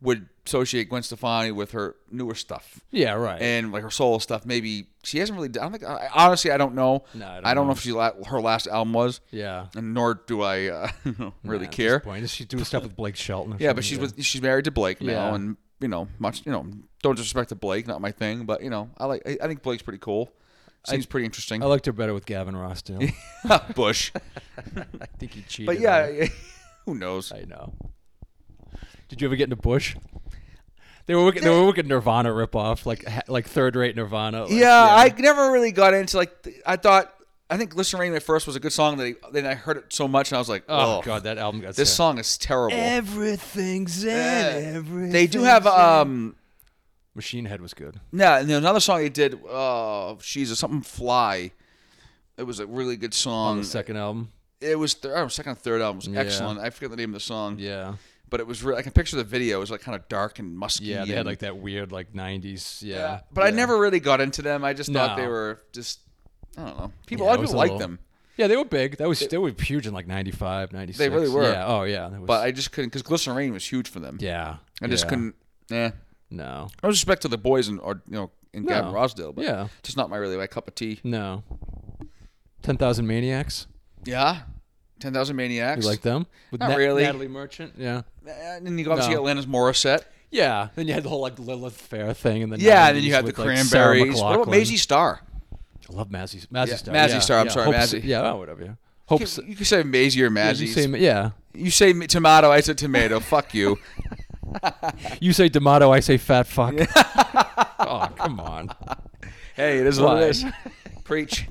Speaker 1: would associate Gwen Stefani with her newer stuff.
Speaker 2: Yeah, right.
Speaker 1: and like her solo stuff. Maybe she hasn't really. done- I don't think. I, honestly, I don't know.
Speaker 2: No, I don't
Speaker 1: know.
Speaker 2: know.
Speaker 1: if she la- her last album was,
Speaker 2: yeah,
Speaker 1: and nor do I uh, *laughs* really
Speaker 2: At this
Speaker 1: care.
Speaker 2: Point. Is she doing stuff with Blake Shelton? Or
Speaker 1: Yeah, but
Speaker 2: something?
Speaker 1: she's with she's married to Blake now,
Speaker 2: Yeah.
Speaker 1: and you know, much you know, don't disrespect to Blake, not my thing, but you know, I like. I, I think Blake's pretty cool. Seems pretty interesting. *laughs*
Speaker 2: I liked her better with Gavin Rossdale.
Speaker 1: Bush,
Speaker 2: *laughs* I think he cheated.
Speaker 1: but
Speaker 2: on her.
Speaker 1: yeah, *laughs* who knows?
Speaker 2: I know. Did you ever get into Bush? They were wicked, they were wicked Nirvana ripoff, like ha- like third rate Nirvana. like,
Speaker 1: Yeah, I never really got into like. th- I thought I think "Listen Rain" at first was a good song. That I, then I heard it so much, and I was like,
Speaker 2: oh
Speaker 1: oh,
Speaker 2: god, that album got
Speaker 1: this
Speaker 2: sick.
Speaker 1: song is terrible.
Speaker 2: Everything's in
Speaker 1: Yeah. They do have um
Speaker 2: Machine Head was good.
Speaker 1: yeah, and then another song they did oh she's something fly. It was a really good
Speaker 2: On
Speaker 1: song.
Speaker 2: the second album.
Speaker 1: It was thir- oh, second or third album was
Speaker 2: Yeah.
Speaker 1: excellent. I forget the name of the song,
Speaker 2: Yeah.
Speaker 1: but it was re- I can picture the video. It was like kind of dark and musky.
Speaker 2: Yeah, they had
Speaker 1: and-
Speaker 2: like that weird like '90s.
Speaker 1: *laughs*
Speaker 2: Yeah,
Speaker 1: yeah. But I
Speaker 2: Yeah.
Speaker 1: never really got into them. I just thought
Speaker 2: No.
Speaker 1: they were just I don't know. People
Speaker 2: Yeah,
Speaker 1: a lot
Speaker 2: it
Speaker 1: of
Speaker 2: was
Speaker 1: people
Speaker 2: a
Speaker 1: liked
Speaker 2: little-
Speaker 1: them,
Speaker 2: Yeah, they were big. That was they were huge in like '95, '96.
Speaker 1: really were.
Speaker 2: Yeah. Oh yeah. That was,
Speaker 1: but I just couldn't because Glycerine was huge for them.
Speaker 2: yeah,
Speaker 1: I just
Speaker 2: yeah.
Speaker 1: couldn't. Yeah.
Speaker 2: No.
Speaker 1: No respect to the boys and or you know and Gavin
Speaker 2: No.
Speaker 1: Rosdale, but
Speaker 2: Yeah.
Speaker 1: just not my really my cup of tea.
Speaker 2: No. Ten Thousand Maniacs.
Speaker 1: Yeah. 10,000 Maniacs.
Speaker 2: You like them? With
Speaker 1: Not really.
Speaker 2: Natalie Merchant. Yeah.
Speaker 1: and then you obviously
Speaker 2: No.
Speaker 1: got Alanis Morissette.
Speaker 2: Yeah. Then you had the whole like Lilith Fair thing, and then
Speaker 1: Yeah, and then you had the
Speaker 2: Like,
Speaker 1: Cranberries.
Speaker 2: Sarah
Speaker 1: what about
Speaker 2: McLachlan.
Speaker 1: Maisie Starr?
Speaker 2: I love Mazzy. Mazzy
Speaker 1: Yeah,
Speaker 2: Star.
Speaker 1: Mazzy
Speaker 2: yeah,
Speaker 1: Star, I'm
Speaker 2: yeah.
Speaker 1: sorry,
Speaker 2: Hope
Speaker 1: Mazzy.
Speaker 2: Si- Yeah. oh, Whatever. Yeah. Hope. Si-
Speaker 1: You could say Maisie or
Speaker 2: Did
Speaker 1: Mazzy.
Speaker 2: you say, yeah.
Speaker 1: you say ma- tomato, I said tomato. Fuck
Speaker 2: *laughs*
Speaker 1: you.
Speaker 2: You say D'Amato, I say
Speaker 1: *laughs*
Speaker 2: fat fuck. oh, come on.
Speaker 1: Hey, it is what it
Speaker 2: Why? *laughs*
Speaker 1: is. Preach.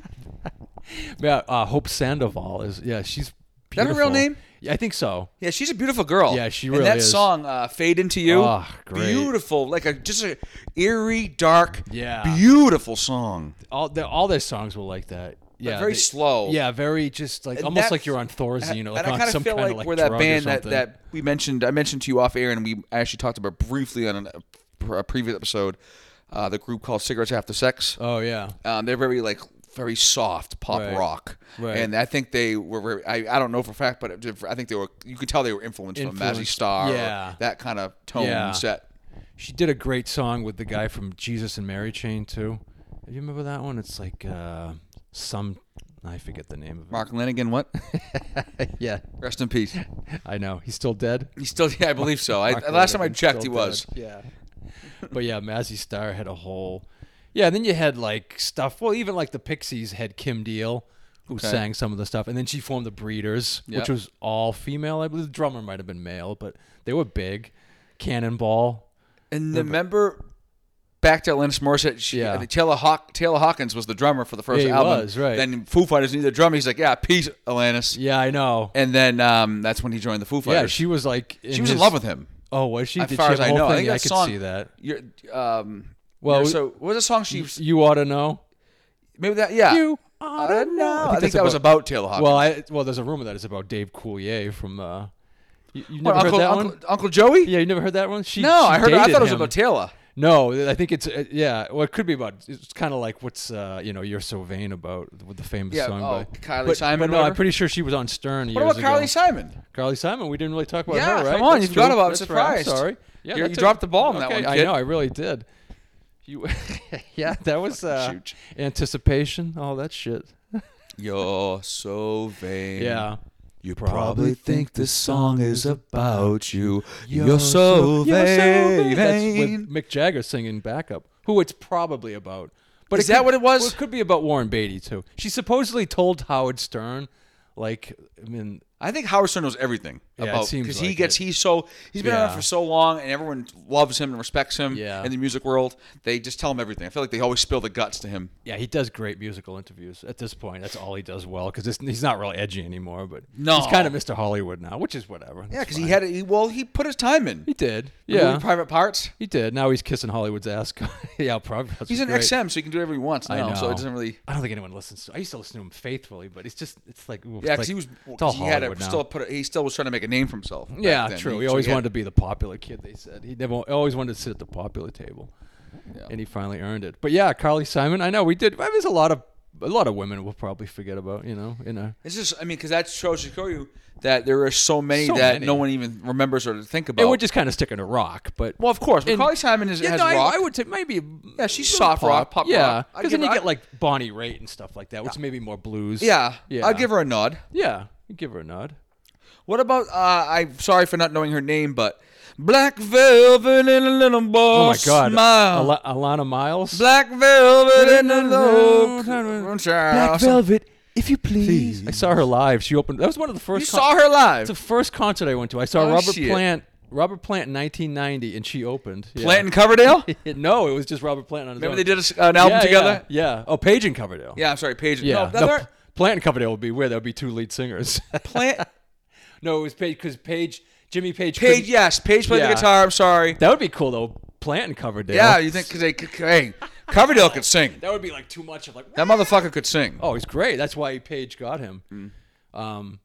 Speaker 2: Yeah, uh, Hope Sandoval is. Yeah, she's.
Speaker 1: that her
Speaker 2: Beautiful.
Speaker 1: real name?
Speaker 2: Yeah, I think so.
Speaker 1: Yeah, she's a beautiful girl.
Speaker 2: Yeah, she
Speaker 1: And
Speaker 2: really
Speaker 1: that
Speaker 2: is.
Speaker 1: song, uh, "Fade Into You,"
Speaker 2: Ah, great.
Speaker 1: beautiful, like a just a eerie, dark,
Speaker 2: Yeah.
Speaker 1: beautiful song.
Speaker 2: All the, all their songs were like that. Yeah,
Speaker 1: very
Speaker 2: they-
Speaker 1: slow.
Speaker 2: Yeah, very just like
Speaker 1: And
Speaker 2: almost
Speaker 1: that's-
Speaker 2: like you're on Thorazine or like
Speaker 1: and I
Speaker 2: on
Speaker 1: kinda
Speaker 2: some
Speaker 1: feel
Speaker 2: kind
Speaker 1: like
Speaker 2: of like
Speaker 1: we're that
Speaker 2: drug or
Speaker 1: band that,
Speaker 2: something.
Speaker 1: that we mentioned. I mentioned to you off air, and we actually talked about briefly on an, a previous episode. Uh, the group called Cigarettes After Sex.
Speaker 2: Oh yeah,
Speaker 1: Um, they're very like very soft pop
Speaker 2: Right.
Speaker 1: rock,
Speaker 2: Right.
Speaker 1: and I think they were. Very, I I don't know for a fact, but it- I think they were. You could tell they were influenced, from Mazzy
Speaker 2: Influenced,
Speaker 1: Star, or
Speaker 2: yeah.
Speaker 1: that kind of tone
Speaker 2: Yeah.
Speaker 1: set.
Speaker 2: she did a great song with the guy from Jesus and Mary Chain too. Do you remember that one? It's like uh, some I forget the name of
Speaker 1: Mark Lanigan, what? *laughs*
Speaker 2: it. yeah,
Speaker 1: Rest in peace.
Speaker 2: I know. He's still dead.
Speaker 1: He's still, yeah, I believe so. I,
Speaker 2: Mark
Speaker 1: last time I
Speaker 2: Lanigan's
Speaker 1: checked, he
Speaker 2: still
Speaker 1: was.
Speaker 2: dead, Yeah. *laughs* but yeah, Mazzy Star had a whole. Yeah, then you had like stuff. Well, even like the Pixies had Kim Deal, who
Speaker 1: Okay.
Speaker 2: sang some of the stuff, and then she formed the Breeders,
Speaker 1: Yep.
Speaker 2: which was all female. I believe the drummer might have been male, but they were big. Cannonball.
Speaker 1: And remember back to Alanis Morissette, she,
Speaker 2: Yeah.
Speaker 1: I think Taylor, Hawk, Taylor Hawkins was the drummer for the first
Speaker 2: Yeah, he
Speaker 1: album.
Speaker 2: was, right.
Speaker 1: Then Foo Fighters needed a drummer. He's like, yeah, peace, Alanis.
Speaker 2: Yeah, I know.
Speaker 1: And then um, that's when he joined the Foo Fighters.
Speaker 2: Yeah, she was like in
Speaker 1: she was in
Speaker 2: his-
Speaker 1: love with him.
Speaker 2: Oh, was she?
Speaker 1: As
Speaker 2: Did
Speaker 1: far
Speaker 2: she
Speaker 1: as
Speaker 2: have a
Speaker 1: I
Speaker 2: whole
Speaker 1: know. I
Speaker 2: thing?
Speaker 1: think
Speaker 2: Yeah,
Speaker 1: that
Speaker 2: could
Speaker 1: song-
Speaker 2: see that.
Speaker 1: You're, um,
Speaker 2: Well,
Speaker 1: well,
Speaker 2: we-
Speaker 1: so what was the song she
Speaker 2: You ought to know.
Speaker 1: maybe that yeah.
Speaker 2: You
Speaker 1: I
Speaker 2: ought
Speaker 1: don't know. I think,
Speaker 2: that's
Speaker 1: that was about Taylor Hawkins.
Speaker 2: Well, I well, there's a rumor that it's about Dave Coulier from. Uh, you, you
Speaker 1: What,
Speaker 2: never
Speaker 1: Uncle,
Speaker 2: heard that
Speaker 1: Uncle,
Speaker 2: one?
Speaker 1: Uncle Joey?
Speaker 2: Yeah, you never heard that one. She
Speaker 1: No,
Speaker 2: she
Speaker 1: I heard. I
Speaker 2: dated
Speaker 1: thought it was
Speaker 2: him.
Speaker 1: about Taylor.
Speaker 2: No, I think it's uh, yeah. Well, it could be about. It's kind of like what's uh, you know you're so vain about with the famous
Speaker 1: Yeah,
Speaker 2: song.
Speaker 1: oh,
Speaker 2: by,
Speaker 1: Kylie
Speaker 2: but,
Speaker 1: Simon
Speaker 2: But
Speaker 1: or
Speaker 2: no, I'm
Speaker 1: whatever?
Speaker 2: pretty sure she was on Stern years
Speaker 1: What about
Speaker 2: ago.
Speaker 1: Carly Simon?
Speaker 2: Carly Simon. We didn't really talk about
Speaker 1: Yeah,
Speaker 2: her, right?
Speaker 1: come on,
Speaker 2: That's
Speaker 1: you forgot
Speaker 2: true.
Speaker 1: about it.
Speaker 2: That's right. I'm
Speaker 1: Surprised.
Speaker 2: sorry. Yeah,
Speaker 1: You-
Speaker 2: that's
Speaker 1: you
Speaker 2: a-
Speaker 1: dropped the ball on that
Speaker 2: okay,
Speaker 1: one,
Speaker 2: I
Speaker 1: kid.
Speaker 2: know. I really did. You, *laughs* yeah, that was uh,
Speaker 1: huge.
Speaker 2: anticipation. All that shit.
Speaker 1: You're so vain.
Speaker 2: Yeah.
Speaker 1: You
Speaker 2: probably think
Speaker 1: this song is about you.
Speaker 2: That's with Mick Jagger singing backup, who it's probably about. But
Speaker 1: Is that
Speaker 2: could-
Speaker 1: what it was?
Speaker 2: well, it could be about Warren Beatty too. She supposedly told Howard Stern, like, I mean,
Speaker 1: I think Howard Stern knows everything
Speaker 2: Yeah, it
Speaker 1: about
Speaker 2: seems
Speaker 1: because he
Speaker 2: like
Speaker 1: gets
Speaker 2: it.
Speaker 1: he's so he's been around
Speaker 2: Yeah.
Speaker 1: for so long and everyone loves him and respects him
Speaker 2: Yeah.
Speaker 1: in the music world. They just tell him everything. I feel like they always spill the guts to him.
Speaker 2: yeah, he does great musical interviews. At this point, that's all he does well because he's not real edgy anymore. But
Speaker 1: No.
Speaker 2: he's kind of Mr. Hollywood now, which is whatever.
Speaker 1: Yeah,
Speaker 2: That's
Speaker 1: because he
Speaker 2: fine.
Speaker 1: had he, well he put his time
Speaker 2: *laughs*
Speaker 1: in.
Speaker 2: he did.
Speaker 1: Remember
Speaker 2: Yeah,
Speaker 1: private parts.
Speaker 2: he did. Now he's kissing Hollywood's ass. *laughs* yeah, probably.
Speaker 1: He's an XM, so he can do whatever he wants
Speaker 2: I
Speaker 1: now. So
Speaker 2: know.
Speaker 1: it doesn't really.
Speaker 2: I don't think anyone listens to. I used to listen to him faithfully, but it's just it's like ooh,
Speaker 1: Yeah, because
Speaker 2: it's
Speaker 1: he was.
Speaker 2: like- it's
Speaker 1: 'cause
Speaker 2: all
Speaker 1: he had a,
Speaker 2: Hollywood now.
Speaker 1: still put. A, he still was trying to make a name for himself. back
Speaker 2: yeah,
Speaker 1: then.
Speaker 2: true. He,
Speaker 1: so
Speaker 2: always
Speaker 1: had-
Speaker 2: wanted to be the popular kid. They said he never always wanted to sit at the popular table,
Speaker 1: Yeah.
Speaker 2: and he finally earned it. But yeah, Carly Simon. I know we did. There's a lot of a lot of women we'll probably forget about. You know, in a
Speaker 1: It's just, I mean, because that shows to show you that there are so many
Speaker 2: So
Speaker 1: that
Speaker 2: many.
Speaker 1: no one even remembers or to think about.
Speaker 2: and we're just kind of sticking to rock. But
Speaker 1: well, of course, but
Speaker 2: and-
Speaker 1: Carly Simon is,
Speaker 2: yeah,
Speaker 1: has
Speaker 2: no, I-
Speaker 1: rock.
Speaker 2: I, would say maybe yeah,
Speaker 1: she's soft rock, pop
Speaker 2: yeah,
Speaker 1: rock. I'd
Speaker 2: because
Speaker 1: give
Speaker 2: then you
Speaker 1: her-
Speaker 2: get like Bonnie Raitt and stuff like that, which may be more blues.
Speaker 1: yeah,
Speaker 2: yeah,
Speaker 1: I'd give her a nod.
Speaker 2: yeah, you give her a nod.
Speaker 1: What about? Uh, I'm sorry for not knowing her name, but Black Velvet and a little boy
Speaker 2: Oh my God,
Speaker 1: smile.
Speaker 2: Ala- Alana Miles.
Speaker 1: Black Velvet and a little
Speaker 2: Black Velvet, if you please.
Speaker 1: Please.
Speaker 2: I saw her live. She opened. That was one of the first.
Speaker 1: You
Speaker 2: con-
Speaker 1: saw her live.
Speaker 2: It's the first concert I went to. I saw
Speaker 1: Oh,
Speaker 2: Robert
Speaker 1: shit.
Speaker 2: Plant. Robert Plant in 1990, and she opened. Yeah.
Speaker 1: Blanton Coverdale.
Speaker 2: *laughs* no, it was just Robert Plant on his
Speaker 1: Remember
Speaker 2: own.
Speaker 1: they did a s an album
Speaker 2: Yeah,
Speaker 1: together?
Speaker 2: Yeah, yeah. Oh, Page and Coverdale.
Speaker 1: Yeah, I'm sorry, Paige.
Speaker 2: Yeah.
Speaker 1: No,
Speaker 2: No,
Speaker 1: no, they're-
Speaker 2: P- *laughs* Plant and Coverdale would be where there would be two lead singers. *laughs*
Speaker 1: Plant-
Speaker 2: no, it was Page because Page, Jimmy Page.
Speaker 1: Paige,
Speaker 2: couldn't-
Speaker 1: yes, Paige played the
Speaker 2: Yeah.
Speaker 1: guitar. I'm sorry.
Speaker 2: That would be cool though. Plant and Coverdale.
Speaker 1: Yeah, you think because they could- hey, Coverdale could sing.
Speaker 2: That would be like too much of like.
Speaker 1: That motherfucker could sing.
Speaker 2: Oh, he's great. That's why Page got him.
Speaker 1: Mm.
Speaker 2: Um,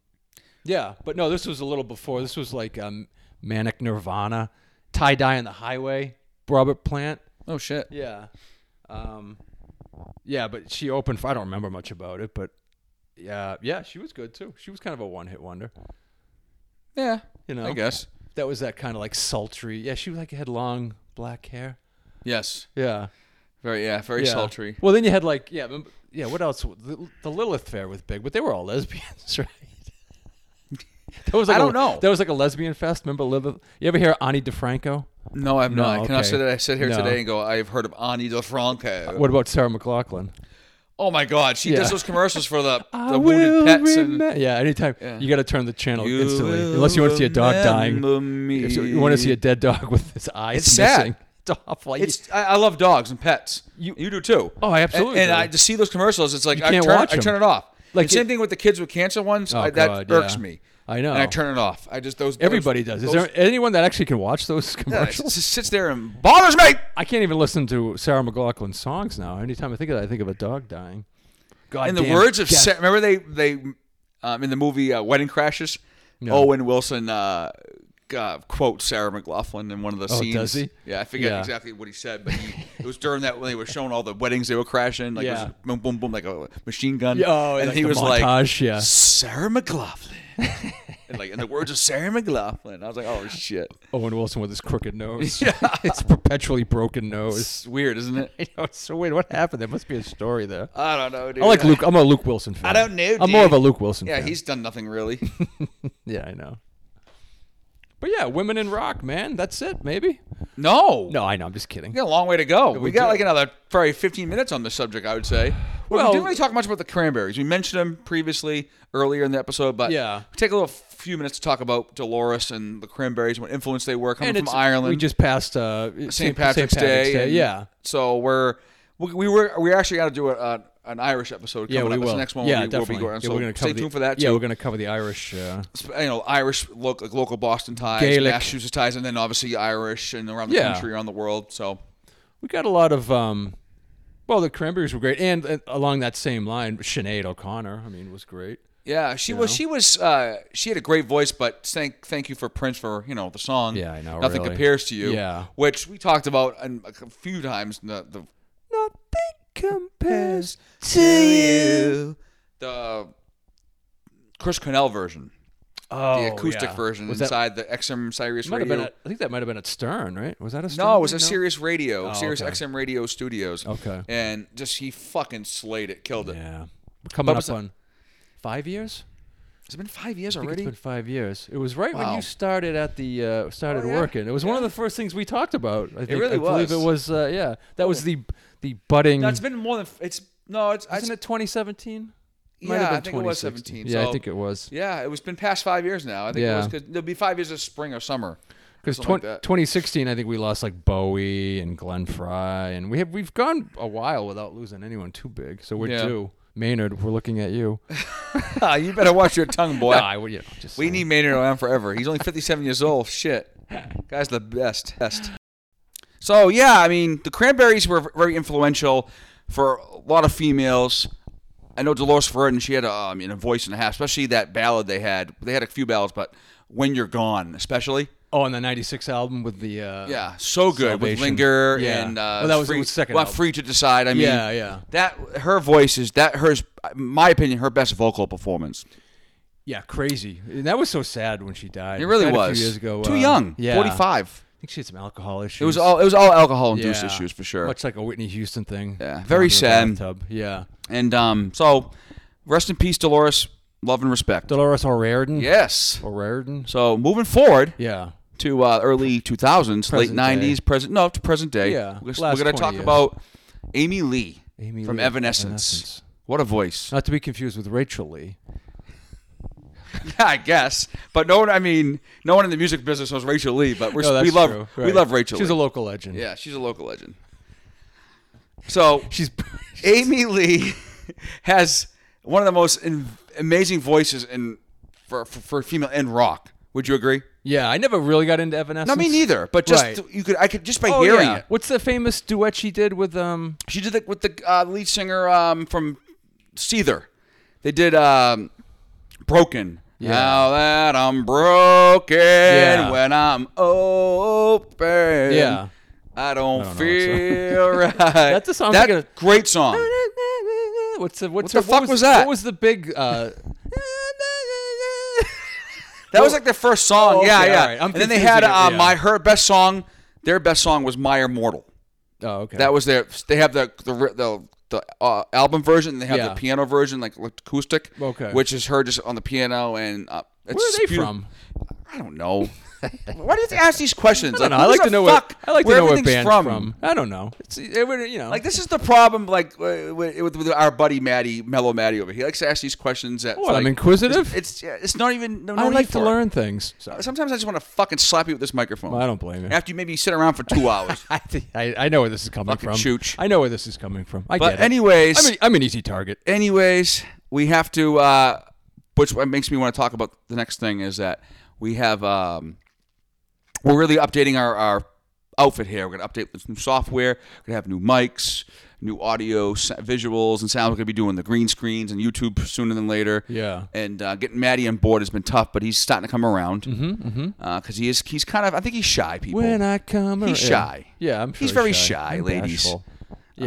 Speaker 2: yeah, but no, this was a little before. This was like um, Manic Nirvana, Tie Dye on the Highway, Robert Plant.
Speaker 1: Oh shit.
Speaker 2: Yeah, um, yeah, but she opened. For, I don't remember much about it, but yeah, yeah, she was good too. She was kind of a one-hit wonder.
Speaker 1: Yeah,
Speaker 2: You know,
Speaker 1: I guess.
Speaker 2: that was that kind of like sultry. Yeah, she like had long black hair.
Speaker 1: Yes.
Speaker 2: Yeah,
Speaker 1: Very yeah, very
Speaker 2: yeah.
Speaker 1: sultry.
Speaker 2: Well, then you had like yeah, remember- yeah. What else? The, the Lilith fair with Big, but they were all lesbians, *laughs* right? That was like
Speaker 1: I
Speaker 2: a-
Speaker 1: don't know.
Speaker 2: That was like a lesbian fest. Remember Lilith? You ever hear Ani DeFranco?
Speaker 1: No, I've
Speaker 2: No,
Speaker 1: not. I cannot
Speaker 2: okay.
Speaker 1: say that I sit here
Speaker 2: No.
Speaker 1: today and go, I've heard of Ani DeFranco.
Speaker 2: What about Sarah McLaughlin?
Speaker 1: Oh my god, she
Speaker 2: Yeah.
Speaker 1: does those commercials for the,
Speaker 2: *laughs* I
Speaker 1: the wounded
Speaker 2: will
Speaker 1: pets and
Speaker 2: remem- yeah. Anytime you got to turn the channel
Speaker 1: You
Speaker 2: instantly,
Speaker 1: will
Speaker 2: unless you want to see a dog dying.
Speaker 1: remember
Speaker 2: If
Speaker 1: me.
Speaker 2: you want to see a dead dog with his eyes
Speaker 1: It's sad.
Speaker 2: missing. It's awful. Like,
Speaker 1: It's I, I love dogs and pets. You, you do too.
Speaker 2: Oh, I absolutely
Speaker 1: And, and
Speaker 2: do.
Speaker 1: I to see those commercials, it's like
Speaker 2: You
Speaker 1: I
Speaker 2: can't
Speaker 1: turn
Speaker 2: watch
Speaker 1: I
Speaker 2: 'em.
Speaker 1: turn it off. Like
Speaker 2: Like
Speaker 1: and same
Speaker 2: it- Oh,
Speaker 1: thing with the kids with cancer ones. I, that
Speaker 2: God,
Speaker 1: irks
Speaker 2: yeah.
Speaker 1: me.
Speaker 2: I know.
Speaker 1: And I turn it off. I just those those-
Speaker 2: everybody does. Is
Speaker 1: those-
Speaker 2: there anyone that actually can watch those *laughs*
Speaker 1: Yeah, *laughs* it
Speaker 2: commercials?
Speaker 1: just sits there and bothers me.
Speaker 2: I can't even listen to Sarah McLaughlin's songs now. Anytime I think of that, I think of a dog dying. God
Speaker 1: In the
Speaker 2: damn
Speaker 1: words of
Speaker 2: death.
Speaker 1: Sa- remember they they um, in the movie uh, Wedding Crashes, Owen Wilson uh, uh, quotes Sarah McLaughlin in one of the scenes.
Speaker 2: Oh, does he?
Speaker 1: Yeah, I forget
Speaker 2: Yeah.
Speaker 1: exactly what he said, but he, it was during that when they were showing all the weddings they were crashing, like it
Speaker 2: Yeah.
Speaker 1: was boom, boom, boom, like a machine gun.
Speaker 2: Yeah, oh,
Speaker 1: and
Speaker 2: like
Speaker 1: he
Speaker 2: the
Speaker 1: was like,
Speaker 2: montage, yeah.
Speaker 1: Sarah McLaughlin. *laughs* and Like in the words of Sarah McLaughlin, I was like, oh shit,
Speaker 2: Owen Wilson with his crooked nose.
Speaker 1: *laughs*
Speaker 2: *laughs*
Speaker 1: Yeah.
Speaker 2: it's perpetually broken
Speaker 1: *laughs*
Speaker 2: nose.
Speaker 1: it's weird, isn't
Speaker 2: *laughs*
Speaker 1: it?
Speaker 2: You know, so wait, what happened? There must be a story there.
Speaker 1: I don't know, dude.
Speaker 2: I like Luke. I'm a Luke Wilson fan.
Speaker 1: I don't know,
Speaker 2: I'm more
Speaker 1: dude.
Speaker 2: of a Luke Wilson.
Speaker 1: Yeah,
Speaker 2: fan.
Speaker 1: he's done nothing
Speaker 2: *laughs*
Speaker 1: really.
Speaker 2: Yeah, I know. But yeah, women in rock, man. That's it, maybe.
Speaker 1: No,
Speaker 2: No, I know. I'm just kidding.
Speaker 1: We got a long way to go. we, got
Speaker 2: do.
Speaker 1: like another probably 15 minutes on this subject, I would say. Well,
Speaker 2: Well-
Speaker 1: we didn't really talk much about the cranberries. We mentioned them previously earlier in the episode, but
Speaker 2: Yeah.
Speaker 1: take a little few minutes to talk about Dolores and the cranberries, what influence they were coming
Speaker 2: And
Speaker 1: from
Speaker 2: it's
Speaker 1: Ireland.
Speaker 2: We just passed uh,
Speaker 1: St. Patrick's, Day. and
Speaker 2: Yeah,
Speaker 1: So we're we, we were we actually got to do a, a, an Irish episode.
Speaker 2: yeah,
Speaker 1: coming
Speaker 2: we
Speaker 1: up. That's
Speaker 2: will.
Speaker 1: The next one will
Speaker 2: yeah,
Speaker 1: be, will be
Speaker 2: definitely.
Speaker 1: going on.
Speaker 2: Yeah,
Speaker 1: So
Speaker 2: we're gonna
Speaker 1: stay
Speaker 2: cover the-
Speaker 1: tuned for that.
Speaker 2: Yeah,
Speaker 1: too.
Speaker 2: we're gonna cover the Irish. Uh,
Speaker 1: Sp- you know, Irish local, local Boston ties,
Speaker 2: Gaelic.
Speaker 1: Massachusetts ties, and then obviously Irish and around the
Speaker 2: Yeah.
Speaker 1: country, around the world. So
Speaker 2: we got a lot of. Um, well, the Cranberries were great, and uh, along that same line, Sinead O'Connor. I mean, was great.
Speaker 1: Yeah, she was. She was. Uh, she had a great voice, but thank thank you for Prince for you know the song.
Speaker 2: Yeah, I know,
Speaker 1: Nothing
Speaker 2: really.
Speaker 1: compares to you.
Speaker 2: Yeah.
Speaker 1: which we talked about an- a few times. in The, the
Speaker 2: Nothing compares.
Speaker 1: to you, the Chris Cornell version,
Speaker 2: Oh,
Speaker 1: the acoustic
Speaker 2: yeah.
Speaker 1: version
Speaker 2: Was that-
Speaker 1: inside the XM Sirius
Speaker 2: Might have
Speaker 1: Radio.
Speaker 2: been. At, I think that might have been at Stern, right? Was that a Stern?
Speaker 1: no, it was a
Speaker 2: thing?
Speaker 1: Sirius Radio, Sirius
Speaker 2: okay.
Speaker 1: XM Radio Studios.
Speaker 2: Okay.
Speaker 1: and just he fucking slayed it, killed it.
Speaker 2: Yeah, We're coming
Speaker 1: was
Speaker 2: up
Speaker 1: that?
Speaker 2: on five years.
Speaker 1: It's been five years
Speaker 2: I think
Speaker 1: already.
Speaker 2: It's been five years. It was right when
Speaker 1: Wow.
Speaker 2: you started at the uh, started
Speaker 1: Oh, yeah.
Speaker 2: working. It was one of the first things we talked about. I think.
Speaker 1: really
Speaker 2: I believe it was. Uh, yeah, that was the the budding.
Speaker 1: no, it's been more than f- it's no, it's, it's
Speaker 2: isn't it 2017?
Speaker 1: yeah, I think it was seventeen.
Speaker 2: Yeah,
Speaker 1: so-
Speaker 2: I think it was
Speaker 1: Yeah, it was been past five years now. I think it
Speaker 2: Yeah.
Speaker 1: was because there'll be five years of spring or *laughs* summer.
Speaker 2: because
Speaker 1: something like that.
Speaker 2: 2016. I think we lost like Bowie and Glenn Fry, and we have we've gone a while without losing anyone too big. So we're
Speaker 1: Yeah.
Speaker 2: due. Maynard, we're looking at you.
Speaker 1: Ah, you better watch your tongue, *laughs* boy.
Speaker 2: No, I would. You know, just
Speaker 1: we
Speaker 2: saying.
Speaker 1: need Maynard around forever. He's only 57 years old. Shit, guy's the best. Best. So yeah, I mean, the Cranberries were very influential for a lot of females. I know Dolores Verdon. She had a, I mean, a voice and a half, especially that ballad they had. They had a few ballads, but "When You're Gone," especially.
Speaker 2: Oh, and the '96 album with the uh,
Speaker 1: Yeah, so good with
Speaker 2: Salvation.
Speaker 1: Linger
Speaker 2: Yeah.
Speaker 1: and uh,
Speaker 2: Well, that was
Speaker 1: free,
Speaker 2: the second
Speaker 1: well,
Speaker 2: album.
Speaker 1: free to decide. I mean,
Speaker 2: Yeah, yeah.
Speaker 1: that her voice is that hers, my opinion, her best vocal performance.
Speaker 2: Yeah, crazy. And that was so sad when she died.
Speaker 1: It really
Speaker 2: Died
Speaker 1: was
Speaker 2: A few years ago.
Speaker 1: Too
Speaker 2: uh,
Speaker 1: young,
Speaker 2: Yeah.
Speaker 1: forty-five.
Speaker 2: I think she had some alcohol issues.
Speaker 1: It was all it was all alcohol induced
Speaker 2: Yeah.
Speaker 1: issues for sure.
Speaker 2: Much like a Whitney Houston thing.
Speaker 1: Yeah,
Speaker 2: Down
Speaker 1: very
Speaker 2: in the
Speaker 1: sad.
Speaker 2: bathtub. Yeah.
Speaker 1: And um, so rest in peace, Dolores. Love and respect.
Speaker 2: Dolores O'Riordan.
Speaker 1: yes.
Speaker 2: O'Riordan.
Speaker 1: So moving forward
Speaker 2: Yeah.
Speaker 1: to uh, early two thousands, late
Speaker 2: Present
Speaker 1: nineties, present no to present day.
Speaker 2: Yeah,
Speaker 1: we're,
Speaker 2: last
Speaker 1: we're gonna
Speaker 2: 20
Speaker 1: talk
Speaker 2: years.
Speaker 1: about Amy Lee
Speaker 2: Amy
Speaker 1: from
Speaker 2: Lee,
Speaker 1: Evanescence.
Speaker 2: Evanescence.
Speaker 1: What a voice! *laughs*
Speaker 2: Not to be confused with Rachel Lee.
Speaker 1: Yeah, I guess. But no one, I mean, no one in the music business knows Rachel Lee, but we're,
Speaker 2: No, that's
Speaker 1: we love
Speaker 2: true.
Speaker 1: we
Speaker 2: Right.
Speaker 1: love Rachel.
Speaker 2: She's
Speaker 1: Lee.
Speaker 2: a local legend.
Speaker 1: yeah, she's a local legend. So
Speaker 2: She's *laughs*
Speaker 1: Amy Lee *laughs* has one of the most in, amazing voices in for, for for female in rock. Would you agree?
Speaker 2: Yeah, I never really got into Evanescence.
Speaker 1: No, me neither. But just
Speaker 2: Right.
Speaker 1: you could I could just by
Speaker 2: Oh,
Speaker 1: hearing
Speaker 2: yeah.
Speaker 1: it.
Speaker 2: What's the famous duet she did with um
Speaker 1: She did it with the uh, lead singer um, from Seether. They did um, Broken.
Speaker 2: Yeah.
Speaker 1: Now that I'm broken, when I'm open,
Speaker 2: Yeah.
Speaker 1: I don't,
Speaker 2: know that *laughs*
Speaker 1: feel right. That's
Speaker 2: a song
Speaker 1: That
Speaker 2: like a-
Speaker 1: great song.
Speaker 2: What's the what's
Speaker 1: the
Speaker 2: her-
Speaker 1: fuck was that?
Speaker 2: What was the big *laughs* uh
Speaker 1: That was like their first song.
Speaker 2: Oh, okay,
Speaker 1: yeah, yeah.
Speaker 2: all right. I'm
Speaker 1: and then they had
Speaker 2: confusing it,
Speaker 1: uh,
Speaker 2: yeah.
Speaker 1: my her best song. Their best song was My Immortal.
Speaker 2: Oh, okay.
Speaker 1: That was their. They have the the the, the uh, album version. and They have
Speaker 2: Yeah.
Speaker 1: the piano version, like acoustic.
Speaker 2: Okay.
Speaker 1: Which is her just on the piano and. Uh, it's
Speaker 2: Where are
Speaker 1: just
Speaker 2: they
Speaker 1: beautiful.
Speaker 2: from?
Speaker 1: I don't know. *laughs* Why do you have to ask these questions?
Speaker 2: I don't know.
Speaker 1: who
Speaker 2: I like
Speaker 1: the
Speaker 2: to know
Speaker 1: fuck,
Speaker 2: what I like
Speaker 1: where
Speaker 2: to know what
Speaker 1: everything's
Speaker 2: band's from. I don't know. It's it would you know
Speaker 1: Like this is the problem. Like uh, with, with, with our buddy Maddie, Mellow Maddie over here. He likes to ask these questions. That
Speaker 2: What,
Speaker 1: like,
Speaker 2: I'm inquisitive.
Speaker 1: It's yeah, it's not even. No,
Speaker 2: I
Speaker 1: no
Speaker 2: like
Speaker 1: need
Speaker 2: to
Speaker 1: for it.
Speaker 2: learn things. Sorry.
Speaker 1: Sometimes I just want to fucking slap you with this microphone.
Speaker 2: I don't blame you.
Speaker 1: After you maybe sit around for two hours.
Speaker 2: *laughs* I, think- I I know where this is coming
Speaker 1: Fucking
Speaker 2: from.
Speaker 1: chooch.
Speaker 2: I know where this is coming from. I
Speaker 1: But
Speaker 2: get it.
Speaker 1: anyways,
Speaker 2: I'm an, I'm an easy target.
Speaker 1: anyways, we have to. Uh, which what makes me want to talk about the next thing is that we have. Um, we're really updating our, our outfit here. We're gonna update this new software. We're gonna have new mics, new audio, s- visuals, and sound. We're gonna be doing the green screens and YouTube sooner than later.
Speaker 2: Yeah.
Speaker 1: And uh, getting Maddie on board has been tough, but he's starting to come around because he is he's kind of I think he's shy. People.
Speaker 2: Mm-hmm. When I come,
Speaker 1: He's
Speaker 2: ar-
Speaker 1: shy.
Speaker 2: Yeah, I'm. Sure
Speaker 1: He's very shy,
Speaker 2: I'm
Speaker 1: ladies.
Speaker 2: bashful.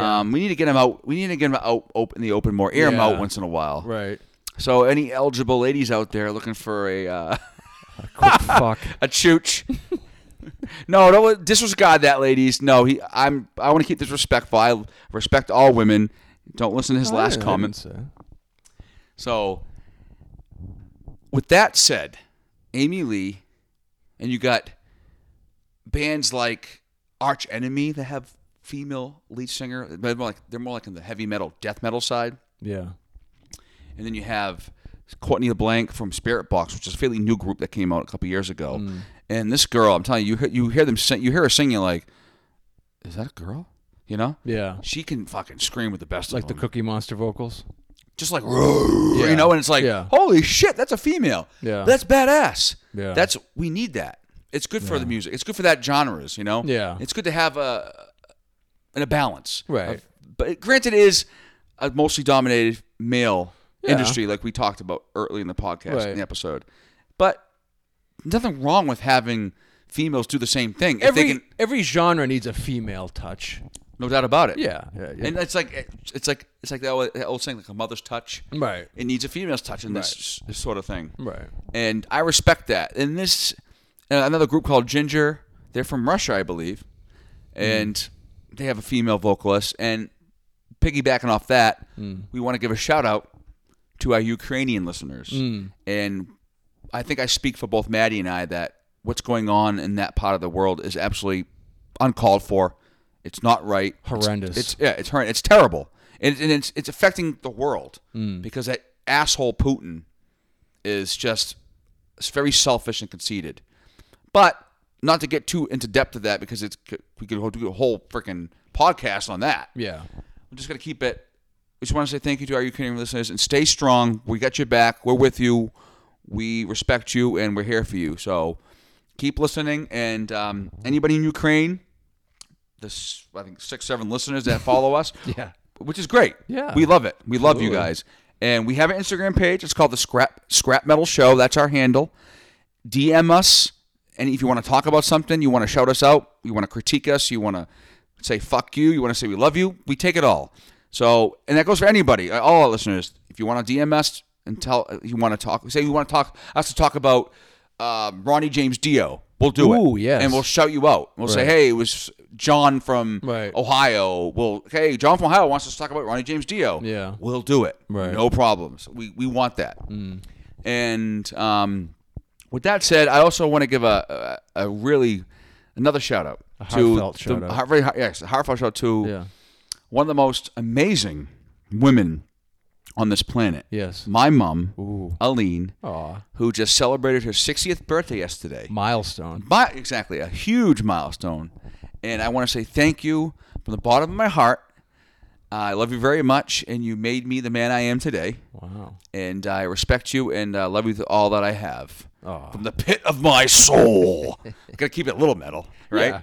Speaker 1: Um, we need to get him out. We need to get him out open the open more. Air him
Speaker 2: Yeah.
Speaker 1: out once in a while.
Speaker 2: Right.
Speaker 1: So any eligible ladies out there looking for a uh, *laughs*
Speaker 2: *laughs* Quick fuck.
Speaker 1: a chooch. *laughs* no, no, disregard that, ladies. No, he. I'm. I want to keep this respectful. I respect all women. Don't listen to his
Speaker 2: I
Speaker 1: last
Speaker 2: didn't
Speaker 1: comments.
Speaker 2: say.
Speaker 1: So, with that said, Amy Lee, and you got bands like Arch Enemy that have female lead singer. They're more like they're more like in the heavy metal, death metal side.
Speaker 2: Yeah.
Speaker 1: And then you have Courtney LeBlanc from Spirit Box, which is a fairly new group that came out a couple years ago.
Speaker 2: Hmm.
Speaker 1: And this girl, I'm telling you, you hear, you hear them sing, you hear her singing like, is that a girl? You know,
Speaker 2: Yeah.
Speaker 1: she can fucking scream with the best
Speaker 2: Like
Speaker 1: of
Speaker 2: the
Speaker 1: them.
Speaker 2: Cookie Monster vocals.
Speaker 1: just like you know, and it's like,
Speaker 2: Yeah.
Speaker 1: holy shit, that's a female.
Speaker 2: Yeah.
Speaker 1: that's badass.
Speaker 2: Yeah.
Speaker 1: that's we need that. It's good for the music. It's good for that genres. You know.
Speaker 2: Yeah.
Speaker 1: It's good to have a, in a balance.
Speaker 2: Right.
Speaker 1: of- but granted, it is a mostly dominated male
Speaker 2: Yeah.
Speaker 1: industry, like we talked about early in the podcast in
Speaker 2: Right.
Speaker 1: the episode. But nothing wrong with having females do the same thing. if
Speaker 2: Every
Speaker 1: they can,
Speaker 2: every genre needs a female touch.
Speaker 1: no doubt about it.
Speaker 2: Yeah. yeah, yeah.
Speaker 1: And it's like it's like it's like that old, that old saying, like a mother's touch.
Speaker 2: right.
Speaker 1: It needs a female's touch in this, this sort of thing.
Speaker 2: Right.
Speaker 1: and I respect that. And this uh, another group called Ginger. They're from Russia, I believe, and they have a female vocalist. And piggybacking off that, we want to give a shout out to our Ukrainian listeners. And I think I speak for both Maddie and I that what's going on in that part of the world is absolutely uncalled for. It's not right. It's-
Speaker 2: Horrendous.
Speaker 1: It's, yeah, it's horrendous. It's terrible, and, and it's it's affecting the world because that asshole Putin is just it's very selfish and conceited. But not to get too into depth of that because it's we could do a whole freaking podcast on that.
Speaker 2: Yeah.
Speaker 1: I'm just gonna keep it. We just want to say thank you to our Ukrainian listeners and stay strong. We got your back. We're with you. We respect you and we're here for you. So keep listening. And um, anybody in Ukraine, this I think six seven listeners that follow us,
Speaker 2: *laughs* Yeah.
Speaker 1: which is great.
Speaker 2: Yeah.
Speaker 1: we love it. We love you
Speaker 2: Absolutely.
Speaker 1: guys. And we have an Instagram page. It's called the Scrap Scrap Metal Show. That's our handle. DM us, and if you want to talk about something, you want to shout us out, you want to critique us, you want to say fuck you, you want to say we love you, we take it all. So, and that goes for anybody, uh, all our listeners. If you want to DM us and tell uh, you want to talk, say you want to talk us to talk about um, Ronnie James Dio, we'll do
Speaker 2: Ooh,
Speaker 1: it.
Speaker 2: yes.
Speaker 1: and we'll shout you out. We'll say,
Speaker 2: Right.
Speaker 1: hey, it was John from
Speaker 2: Right.
Speaker 1: Ohio. Well, hey, John from Ohio wants us to talk about Ronnie James Dio.
Speaker 2: Yeah.
Speaker 1: We'll do it.
Speaker 2: Right. Mm.
Speaker 1: No problems. We, we want that. And um, with that said, I also want to give a, a, a really another shout out
Speaker 2: heartfelt
Speaker 1: to
Speaker 2: shout out.
Speaker 1: heart- very heart- yes, a heartfelt shout out to
Speaker 2: Yeah.
Speaker 1: one of the most amazing women on this planet.
Speaker 2: Yes.
Speaker 1: My mom,
Speaker 2: Ooh.
Speaker 1: Aline,
Speaker 2: Aw.
Speaker 1: who just celebrated her 60th birthday yesterday.
Speaker 2: Milestone.
Speaker 1: My, exactly, a huge milestone. And I want to say thank you from the bottom of my heart. I love you very much, and you made me the man I am today.
Speaker 2: Wow.
Speaker 1: And I respect you and uh, love you with all that I have.
Speaker 2: Aw.
Speaker 1: From the pit of my
Speaker 2: *laughs*
Speaker 1: soul. Gotta keep it a little metal, right?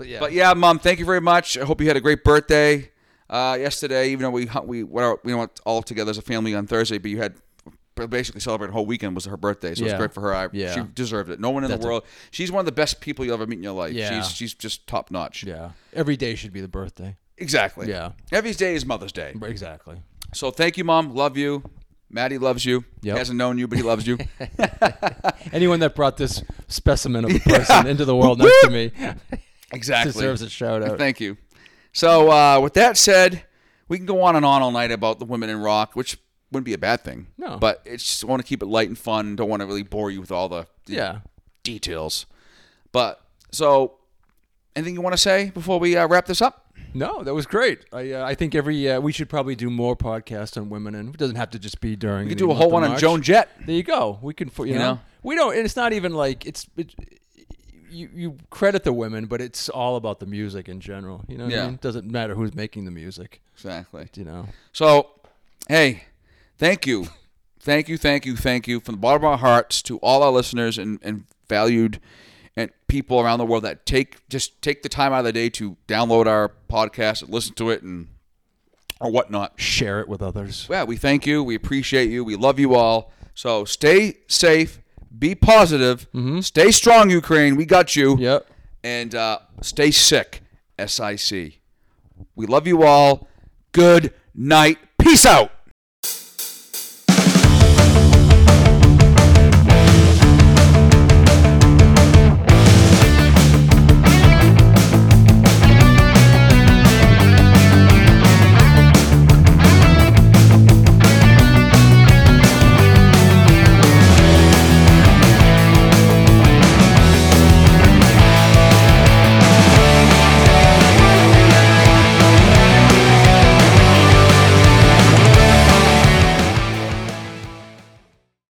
Speaker 2: yeah. *laughs*
Speaker 1: But yeah, mom, thank you very much. I hope you had a great birthday uh, yesterday. Even though we hu- we were we went all together as a family on Thursday, but you had basically celebrated the whole weekend was her birthday, so it's
Speaker 2: Yeah.
Speaker 1: great for her. I,
Speaker 2: Yeah.
Speaker 1: she deserved it. No one in the world. she's one of the best people you'll ever meet in your life.
Speaker 2: Yeah.
Speaker 1: She's she's just top notch.
Speaker 2: yeah. Every day should be the birthday.
Speaker 1: Exactly.
Speaker 2: Yeah.
Speaker 1: Every day is Mother's Day.
Speaker 2: Exactly.
Speaker 1: So thank you, mom. Love you. Maddie loves you. He
Speaker 2: Yep.
Speaker 1: hasn't known you, but he loves
Speaker 2: *laughs*
Speaker 1: you.
Speaker 2: Anyone that brought this
Speaker 1: *laughs*
Speaker 2: specimen of a person into the world next to me
Speaker 1: exactly.
Speaker 2: deserves a shout out.
Speaker 1: Thank you. So, uh, with that said, we can go on and on all night about the women in rock, which wouldn't be a bad thing.
Speaker 2: No.
Speaker 1: But it's just want to keep it light and fun. Don't want to really bore you with all the the
Speaker 2: Yeah.
Speaker 1: details. But so, anything you want to say before we uh, wrap this up?
Speaker 2: No, that was great. I uh, I think every uh, we should probably do more podcasts on women, and it doesn't have to just be during.
Speaker 1: We could do a whole one on Joan Jett.
Speaker 2: There you go. We can, fo- you, know,
Speaker 1: know?
Speaker 2: we don't. And it's not even like it's. It, you, you credit the women, but it's all about the music in general. You know, what
Speaker 1: Yeah.
Speaker 2: I mean? doesn't matter who's making the music.
Speaker 1: Exactly.
Speaker 2: You know,
Speaker 1: So, hey, thank you. Thank you, thank you, thank you from the bottom of our hearts to all our listeners and, and valued and people around the world that take just take the time out of the day to download our podcast and listen to it and or whatnot.
Speaker 2: share it with others.
Speaker 1: Yeah, we thank you. We appreciate you. We love you all. So stay safe, be positive, stay strong, Ukraine. We got you.
Speaker 2: Yep.
Speaker 1: And uh, stay sick, S I C. We love you all. Good night. Peace out.